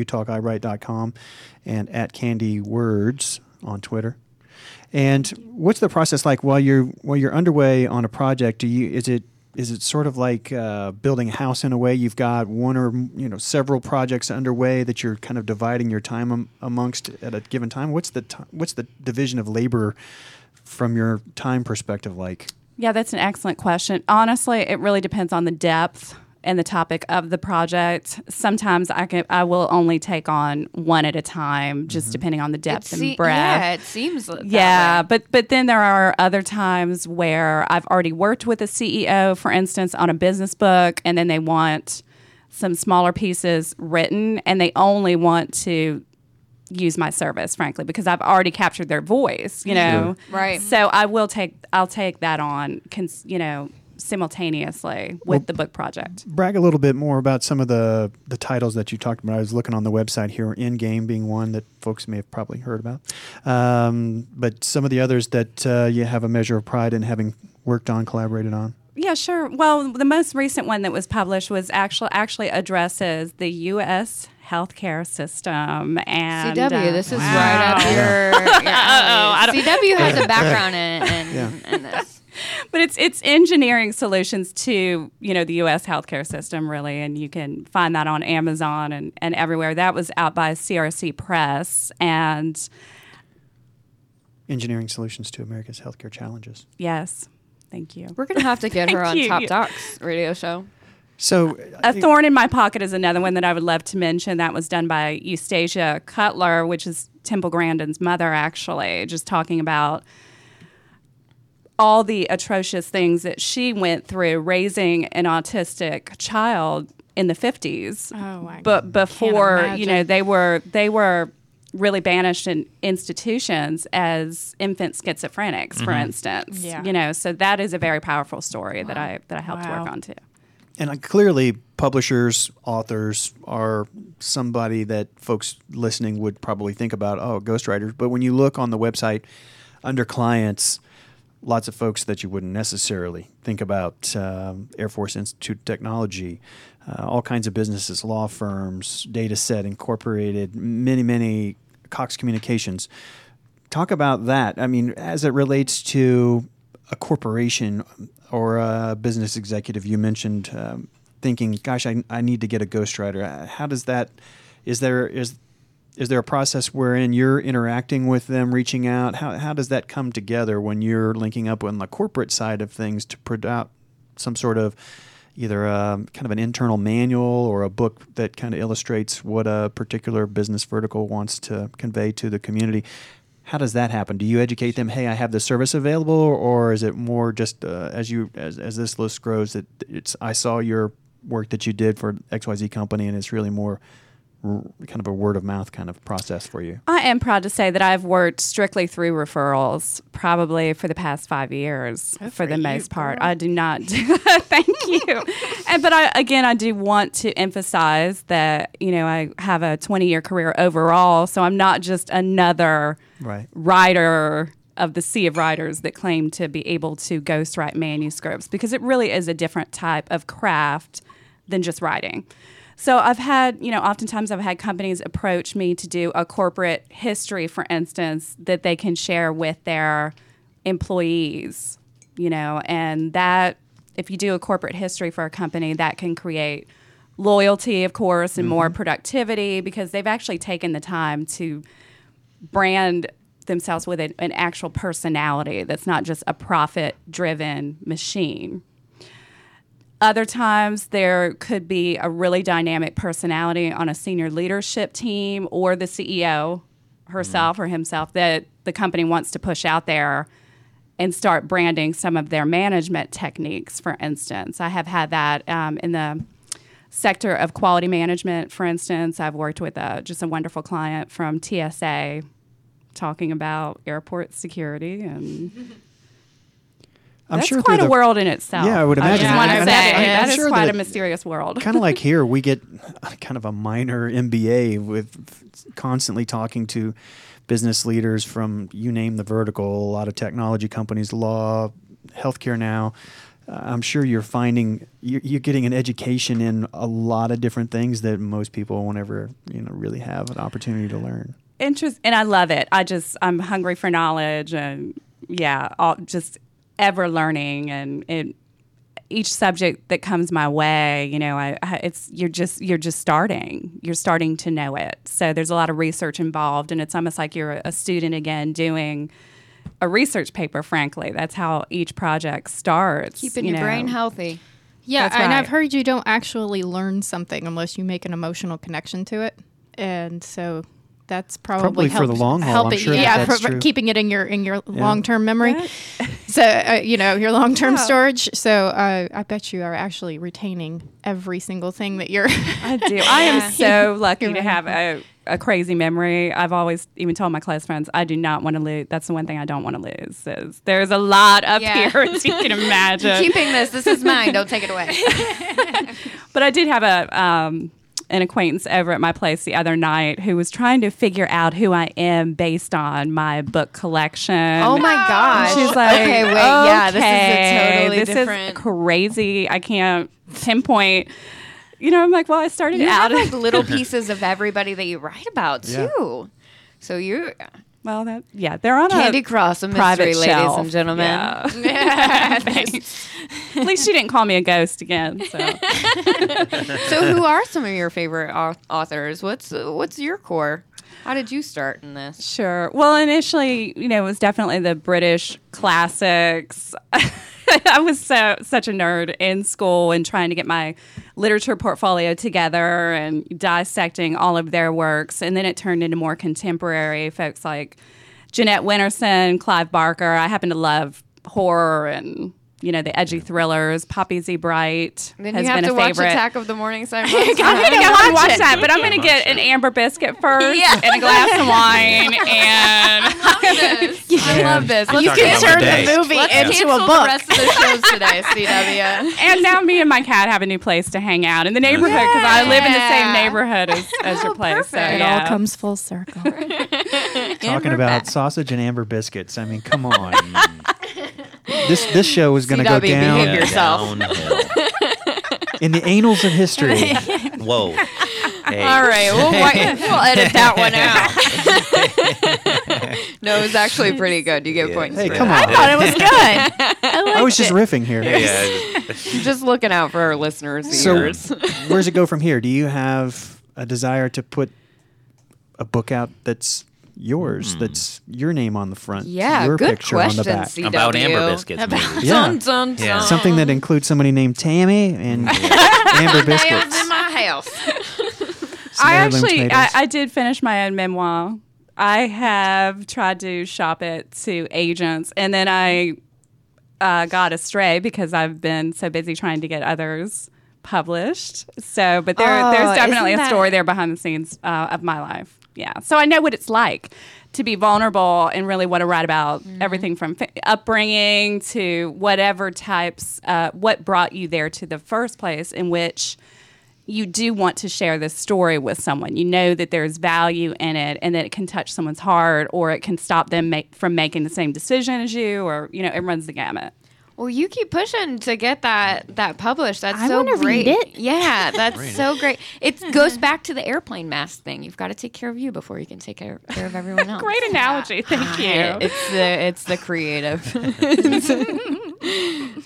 youtalkiwrite.com and at Candy Words on Twitter. And what's the process like while you're while you're underway on a project? Do you is it is it sort of like uh, building a house in a way? You've got one or you know several projects underway that you're kind of dividing your time am- amongst at a given time. What's the ti what's the division of labor from your time perspective like?
Yeah, that's an excellent question. Honestly, it really depends on the depth and the topic of the project. Sometimes I can I will only take on one at a time, just depending on the depth
See-
and breadth.
yeah, it seems. that
yeah
way.
but but then there are other times where i've already worked with a ceo for instance on a business book and then they want some smaller pieces written and they only want to use my service frankly because i've already captured their voice you know
Mm-hmm. Right.
so i will take i'll take that on cons- you know simultaneously with the book project
brag a little bit more about some of the the titles that you talked about. I was looking on the website here, in game being one that folks may have probably heard about, um, but some of the others that uh, you have a measure of pride in having worked on, collaborated on.
Yeah, sure. Well, the most recent one that was published was actually actually addresses the U.S. healthcare system and
CW,
uh,
this is right up your, your alley. CW has a background in, in, in this.
but it's it's engineering solutions to you know the U.S. healthcare system really, and you can find that on Amazon and and everywhere. That was out by CRC Press, and
Engineering solutions to America's healthcare challenges.
yes, thank you.
We're gonna have to get her on
Thank
Top
you.
Docs radio show.
So,
A Thorn in My Pocket is another one that I would love to mention. That was done by Eustacia Cutler, which is Temple Grandin's mother, actually, just talking about all the atrocious things that she went through raising an autistic child in the 50s.
Oh, I
But before, you know,
imagine.
they were they were really banished in institutions as infant schizophrenics, for instance.
Yeah.
You know, so that is a very powerful story that I that I helped
Wow.
work on too.
and uh, clearly, publishers, authors are somebody that folks listening would probably think about. Oh, ghostwriters. But when you look on the website under clients, lots of folks that you wouldn't necessarily think about um, Air Force Institute of Technology, uh, all kinds of businesses, law firms, Dataset Incorporated, many, many Cox Communications. Talk about that. I mean, as it relates to a corporation or a business executive, you mentioned um, thinking, gosh, I, I need to get a ghostwriter. Uh, How does that, is there, is, is there a process wherein you're interacting with them, reaching out? How, how does that come together when you're linking up on the corporate side of things to put out some sort of either a, kind of an internal manual or a book that kind of illustrates what a particular business vertical wants to convey to the community? How does that happen? Do you educate them? Hey, I have the service available, or is it more just uh, as you as, as this list grows that it's I saw your work that you did for X Y Z company, and it's really more r- kind of a word of mouth kind of process for you.
I am proud to say that I've worked strictly through referrals, probably for the past five years, for the most part. I do not. thank you. and, but I, again, I do want to emphasize that you know I have a 20 year career overall, so I'm not just another
Right.
writer of the sea of writers that claim to be able to ghostwrite manuscripts because it really is a different type of craft than just writing. So I've had, you know, oftentimes I've had companies approach me to do a corporate history, for instance, that they can share with their employees, you know, and that if you do a corporate history for a company, that can create loyalty, of course, and more productivity because they've actually taken the time to brand themselves with an, an actual personality that's not just a profit driven machine. Other times, there could be a really dynamic personality on a senior leadership team or the CEO herself or himself that the company wants to push out there and start branding some of their management techniques, for instance. I have had that um, in the sector of quality management, for instance. I've worked with a, just a wonderful client from TSA talking about airport security and
I'm
that's
sure
quite
through
a
the-
world in itself.
Yeah, I would
I just
imagine.
want
I-
to
I'm-
say
I'm
that is
sure
quite
that-
a mysterious world.
kind of like here we get kind of a minor MBA with constantly talking to business leaders from you name the vertical, a lot of technology companies, law, healthcare now. Uh, I'm sure you're finding you're, you're getting an education in a lot of different things that most people won't ever you know really have an opportunity to learn.
interest and I love it. I just I'm hungry for knowledge and yeah, all just ever learning and it each subject that comes my way, you know, I, I it's you're just you're just starting. You're starting to know it. So there's a lot of research involved and it's almost like you're a student again doing a research paper, frankly. That's how each project starts.
Keeping
you
your
know.
brain healthy.
Yeah,
That's
and I've
right.
heard you don't actually learn something unless you make an emotional connection to it, and so that's probably,
Probably for the
helped-
long haul,
help
I'm
it-
sure that
yeah,
that's
for- for
true.
keeping it in your in your long term memory. so uh, you know your long term storage. So uh, I bet you are actually retaining every single thing that you're.
I do. I
Yeah.
am so lucky to have a, a crazy memory. I've always even told my close friends I do not want to lose. That's the one thing I don't want to lose. Is there's a lot up
Yeah.
here as you can imagine.
Keeping this. This is mine. Don't take it away.
but I did have a um, an acquaintance over at my place the other night who was trying to figure out who I am based on my book collection.
Oh my gosh.
She's like,
okay, wait, yeah, this is a
"Okay,
totally
this is
different.
crazy. I can't pinpoint. You know, I'm like, well, I started
you
out
have
as
like little pieces of everybody that you write about
Yeah.
too. So you
Well, that yeah, they're on
Candy
a
Cross, a
private
mystery, ladies
shelf.
and gentlemen.
Yeah. Thanks. At least she didn't call me a ghost again. So.
So who are some of your favorite au- authors? What's what's your core? How did you start in this?
sure. Well, initially, you know, it was definitely the British classics. I was so such a nerd in school and trying to get my literature portfolio together and dissecting all of their works, and then it turned into more contemporary folks like Jeanette Winterson, Clive Barker. I happen to love horror and you know the edgy thrillers. Poppy Z. Bright
Then
has
you have
been
to
a
watch
favorite.
Attack of the Morning Star.
I'm gonna go and watch that, but I'm gonna get an amber biscuit first
Yeah.
and a glass of wine and
I love this.
You
Let's
can
cancel-
turn the
movie
let's cancel the rest of the shows today, CW.
and now me and my cat have a new place to hang out in the neighborhood because I live in the same
Yeah.
neighborhood as, as your place. So,
perfect.
it
yeah.
all comes full circle.
Talking about sausage and amber biscuits. I mean, come on. this this show is going to go
CW, behave
down
your- yourself.
Downhill.
in the annals of history.
Whoa. Hey.
All right, we'll, wi- we'll edit that one out. no, it was actually pretty good. You get
Yeah.
points.
Hey,
for
come
that.
on.
Thought it was good.
I was just riffing here.
Yeah.
Just looking out for our listeners'
So,
ears.
where's it go from here? Do you have a desire to put a book out that's yours,
Hmm.
that's your name on the front,
yeah,
your
good
picture
question,
on the back,
CW.
About amber biscuits, maybe.
Yeah.
Dun, dun,
Yeah.
dun.
something that includes somebody named Tammy and amber
Nails
biscuits.
in my house.
I
heirloom
actually, I,
tomatoes.
I did finish my own memoir. I have tried to shop it to agents, and then I uh, got astray because I've been so busy trying to get others published. So, but there,
Oh,
there's definitely
isn't
a
that-
story there behind the scenes uh, of my life. Yeah, so I know what it's like to be vulnerable and really want to write about
Mm-hmm.
everything from fa- upbringing to whatever types, uh, what brought you there to the first place, in which you do want to share this story with someone. You know that there's value in it and that it can touch someone's heart or it can stop them make, from making the same decision as you or, you know, it runs the gamut.
Well, you keep pushing to get that that published. That's
I
so
wanna
great.
read it.
Yeah, that's so great. It goes back to the airplane mask thing. You've got to take care of you before you can take care, care of everyone else.
Great analogy. Thank you.
It's the it's the creative.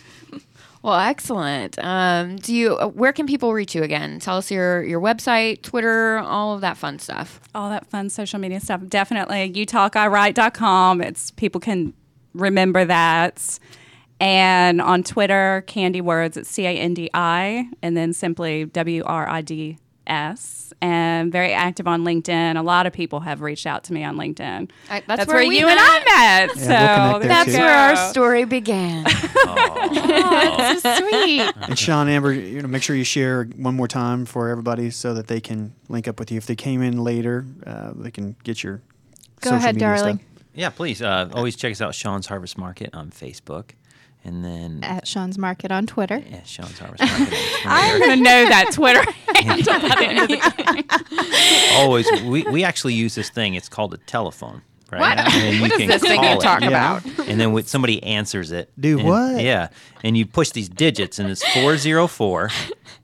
Well, excellent. Um, do you? uh, Where can people reach you again? Tell us your your website, Twitter, all of that fun stuff.
all that fun social media stuff. Definitely youtalkiwrite.com. It's people can remember that. And on Twitter, Candy Words, it's C A N D I, and then simply W R I D S. And very active on LinkedIn. A lot of people have reached out to me on LinkedIn.
I- that's
that's
where
where,
we
you and
met.
I
Yeah, we'll
met. so
connect there
That's
too.
where our
story.
story began.
Sweet.
And Sean Amber, you know, make sure you share one more time for everybody so that they can link up with you. If they came in later, uh, they can get your
Go
social
ahead,
media
darling.
stuff.
Yeah, please uh, always check us out, Sean's Harvest Market on Facebook, and then
At Sean's Market on Twitter.
yeah, Sean's Harvest Market. on
I'm
Twitter.
going to know that Twitter handle by the end of the
always, we, we actually use this thing. It's called a telephone. Right?
What?
And you
What is
can
this thing you
call it.
talk
Yeah.
about?
and then with somebody answers it.
Do
And-
what?
Yeah. And you push these digits and it's 404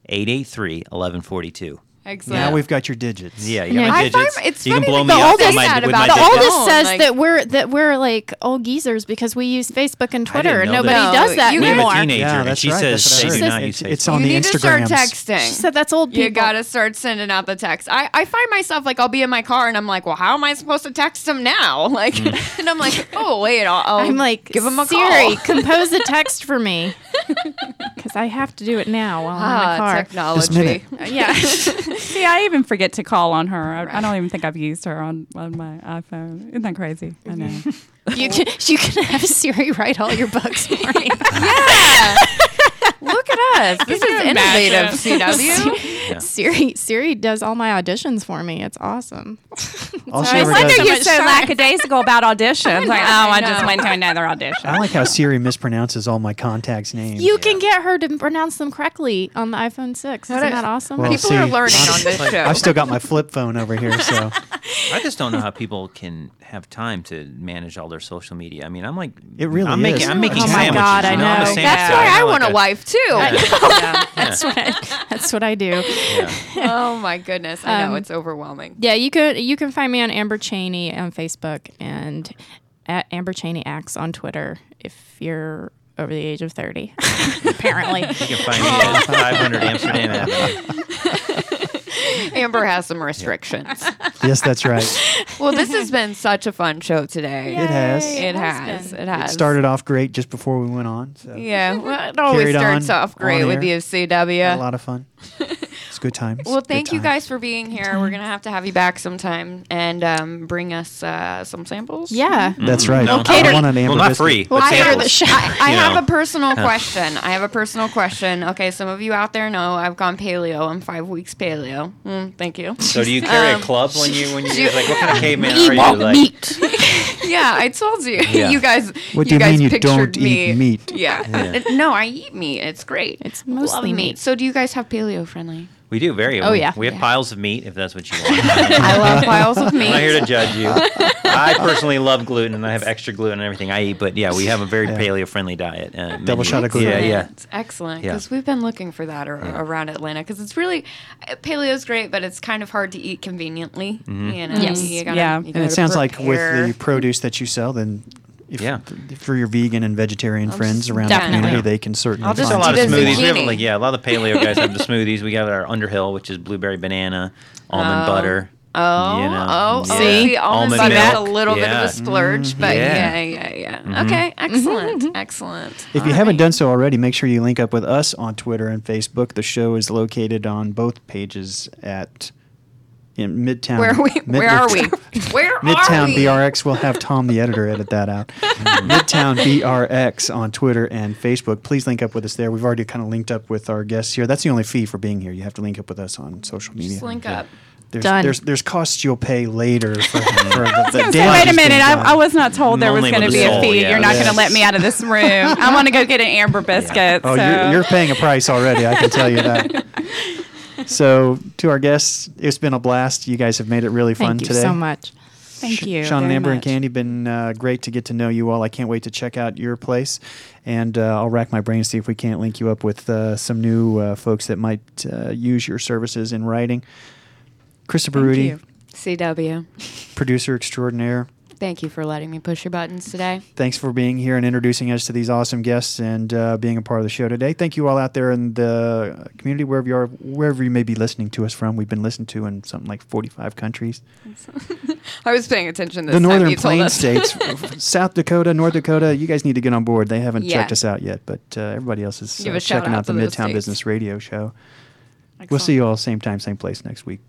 883 1142.
Excellent.
Now we've got your digits.
Yeah, you got my
I find
digits.
it's
you can
funny that
blow me
the
up
oldest
with my,
said
with
about
my
the
The
digits.
oldest
Don't,
says
like-
that we're that we're like old geezers because we use Facebook and Twitter.
know
Nobody
that.
does that
You
We have a
more.
anymore.
teenager,
Yeah,
and
that's
she
right.
says
That's
they
what I
do
heard.
not use
It's- it's
Facebook.
on
you
the
need to
Instagrams.
start texting.
She said that's old people.
You gotta start sending out the text. I, I find myself like I'll be in my car and I'm like, well, how am I supposed to text them now? Like, and I'm like, oh wait, I'll, I'll
Hmm. I'm like,
give them a
Siri,
call.
compose a text for me because I have to do it now while I'm in the
Ah,
car.
This minute.
technology.
Yeah,
See, I even forget to call on her. I, I don't even think I've used her on, on my iPhone. Isn't that crazy? I know.
you can, you can have Siri write all your books for me.
Look at us. This is innovative, CW.
Siri Siri does all my auditions for me. it's awesome
All she
Sorry,
ever
I
does-
know you- so
lackadaisical about auditions. Like,
I
oh, I just
know.
went to another audition.
I like how Siri mispronounces all my contacts' names.
you can get her to pronounce them correctly on the iphone 6 isn't
What a-
that awesome
Well,
People are
see,
learning on
honestly,
this show.
I've still got my flip phone over here, so
I just don't know how people can have time to manage all their social media. I mean, I'm like,
It really
I'm
is.
Making, I'm making
Oh my
sandwiches.
God, I
you know, I'm a
know.
sandwich
That's
guy.
why
I'm
I
like
want a
a-
wife too.
that's what I, that's what I do
Yeah.
Oh my goodness. I
Um,
know it's overwhelming.
yeah you could you can find me on Amber Cheney on Facebook and at Amber Cheney acts on Twitter if you're over the age of 30 apparently
You can find me at
Oh.
500 Amsterdam Avenue.
Amber has some restrictions.
yes, that's right.
well, this has been such a fun show today.
It has. It
It has. It has.
Started off great just before we went on. So
Yeah. Well, it always
Carried
starts
on,
off
on
great with
air.
you,
Had
CW.
a lot of fun. It's good times.
Well,
Good
thank you
times.
guys for being here. We're gonna have to have you back sometime and um, bring us uh, some samples.
yeah
Mm-hmm.
That's right.
No.
I
Cater-
want an Amber
Well, not
biscuit.
free.
Well,
but
I heard
samples.
the show.
I, I
You
have
know.
a personal question. I have a personal question. Okay, some of you out there know I've gone paleo. I'm five weeks paleo. Mm, thank you.
So do you carry
um,
a club when you when you like what kind of caveman are you? like,
yeah, I told you.
Yeah.
you guys.
What do
you
you
guys
mean you
pictured
don't
me.
eat meat?
Yeah. No, I eat meat. It's great.
It's mostly
Love
meat.
So, do you guys have paleo friendly?
We do very.
Oh,
we,
yeah.
We have
Yeah.
piles of meat if that's what you want.
I love piles of meat.
I'm not here to judge you. I personally love gluten, and I have extra gluten and everything I eat. But yeah, we have a very paleo-friendly diet. Uh, menu.
shot of gluten.
Yeah, yeah.
It's excellent
Yeah.
because we've been looking for that ar- around Atlanta because it's really uh, paleo's great, but it's kind of hard to eat conveniently.
Mm-hmm.
You know,
Yes.
you gotta,
Yeah.
you
And
And
gotta
it sounds like
prepare.
with the produce that you sell, then if,
Yeah.
for your vegan and vegetarian friends around the
definitely.
community, they can certainly
I'll just
There's a
find
lot of
do the
something.
smoothies. We have
zucchini.
like yeah, a lot of the paleo guys have the smoothies. We got our Underhill, which is blueberry banana, almond
Oh.
butter.
Oh,
you know,
oh, oh,
yeah.
see, almond butter is a
milk,
little bit of
yeah.
a splurge,
Mm-hmm.
but yeah,
Yeah.
yeah, yeah. Okay, excellent, excellent.
If you haven't done so already, make sure you link up with us on Twitter and Facebook. The show is located on both pages at in Midtown.
where are we?
Mid-
Where are we? Where are
Midtown
we?
BRX. We'll have Tom, the editor, edit that out. Midtown BRX on Twitter and Facebook. Please link up with us there. We've already kind of linked up with our guests here. That's the only fee for being here. You have to link up with us on social media.
Just link up.
There's,
Done.
There's, there's costs you'll pay later for, for the, the
So wait
damage
a minute.
being done.
I, I was not told there was
Only
going to
with
be
the
a
soul,
fee.
yeah.
You're not going
Yes.
to let me out of this room. I want to go get an amber biscuit.
Oh,
so-
you're, you're paying a price already. I can tell you that. So, to our guests, it's been a blast. You guys have made it really fun
thank you
today.
so much
Thank you.
Sean and
very
Amber and
much.
Candy, been uh, great to get to know you all. I can't wait to check out your place, and uh, I'll rack my brain to see if we can't link you up with uh, some new uh, folks that might uh, use your services in writing. Christopher Rudy,
you.
CW.
producer extraordinaire,
Thank you for letting me push your buttons today.
Thanks for being here and introducing us to these awesome guests and uh, being a part of the show today. Thank you all out there in the community, wherever you are, wherever you may be listening to us from. We've been listened to in something like 45 countries.
I was paying attention this
the
time.
northern
you told
plain
us.
states, South Dakota, North Dakota, you guys need to get on board. They haven't
Yeah.
checked us out yet, but uh, everybody else is
Give
uh,
a shout
checking
out
out the
to those
Midtown
states.
Business Radio Show. We'll see you all same time, same place next week.